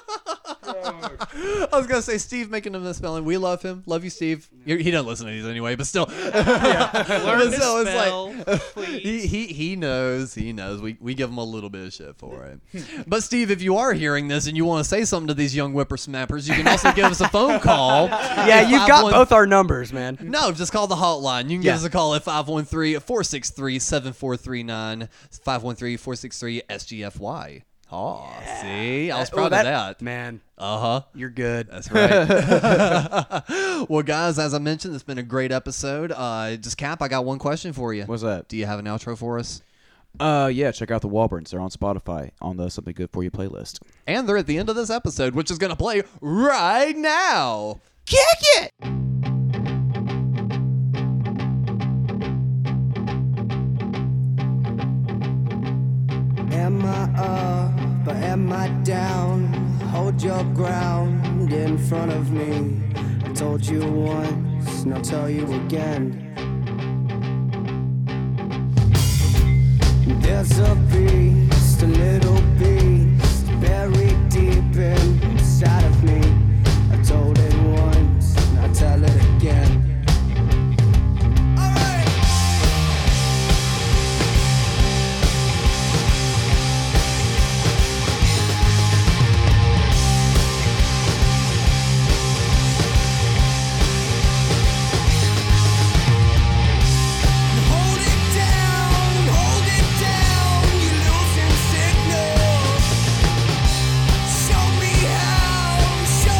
I was gonna say Steve making a misspelling. We love him. Love you, Steve. He he doesn't listen to these anyway, but still.
Learn
But
to
still,
spell,
he, he he knows. He knows. We we give him a little bit of shit for it. but Steve, if you are hearing this and you want to say something to these young whippersnappers, you can also give us a phone call.
yeah, you've got both our numbers, man.
No, just call the hotline. You can
Yeah.
give us a call at 513 463 7439. 513 463 SGFY. Oh, see? I was
Oh,
proud
that-
of that.
Man.
Uh huh.
You're good.
That's right. well, guys, as I mentioned, it's been a great episode. Uh, just Cap, I got one question for you.
What's that?
Do you have an outro for us?
Uh, yeah, check out the Walburns. They're on Spotify on the Something Good for You playlist.
And they're at the end of this episode, which is going to play right now.
Kick it!
Am I up or am I down? Hold your ground in front of me. I told you once, and I'll tell you again. There's a beast, a little beast, buried deep inside of me. I told it once, and I'll tell it again.
Show me how.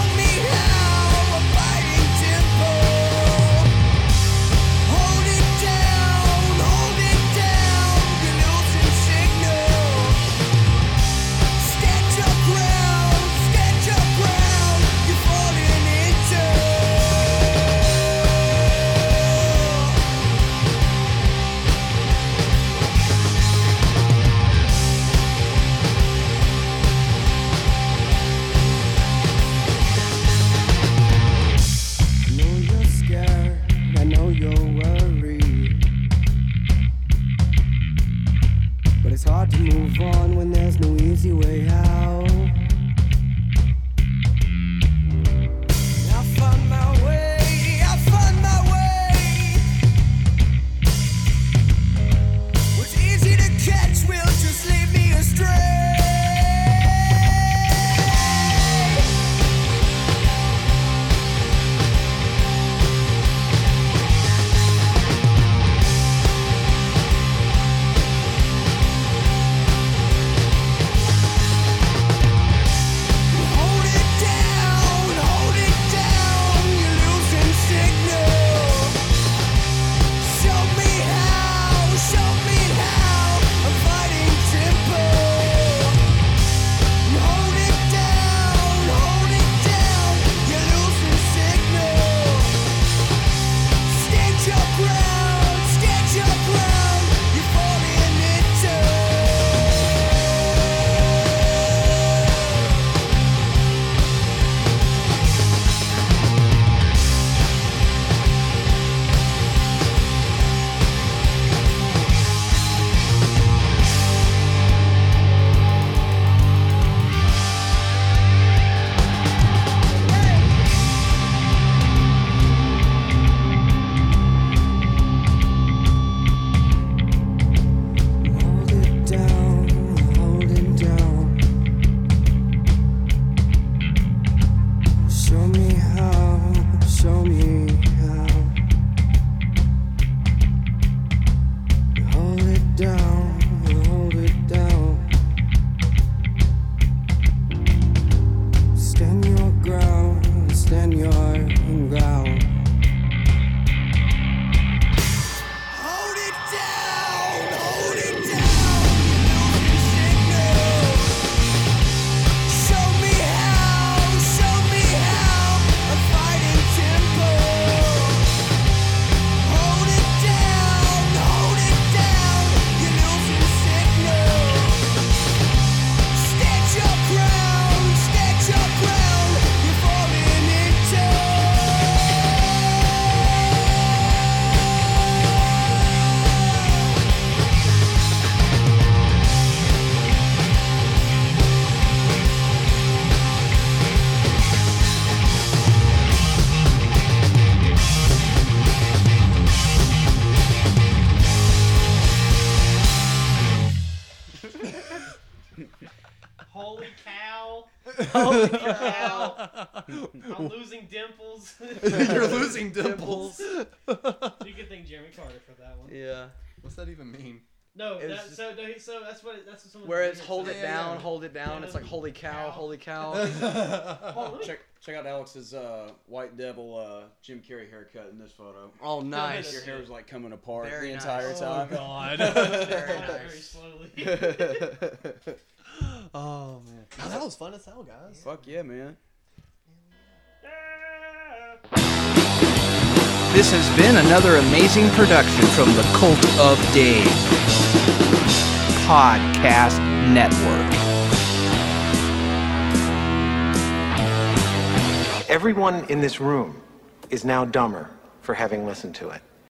I'm losing dimples.
You're losing dimples.
you can thank Jeremy Carter for that one.
Yeah. What's that even mean?
No,
It was
that,
just-
so no, he- so that's what it- that's what someone.
Where it's hold
Yeah,
it
yeah,
down,
yeah.
hold it down.
Yeah, Oh,
It's like holy cow, holy cow.
check check out Alex's uh, White Devil uh, Jim Carrey haircut in this photo.
Oh, nice.
Your hair was like coming apart
Very
the
nice.
entire
Oh,
time.
God.
Very nice. Very
oh man,
Oh, that was fun as hell, guys.
Fuck yeah, man.
This has been another amazing production from the Cult of Dave Podcast Network.
Everyone in this room is now dumber for having listened to it.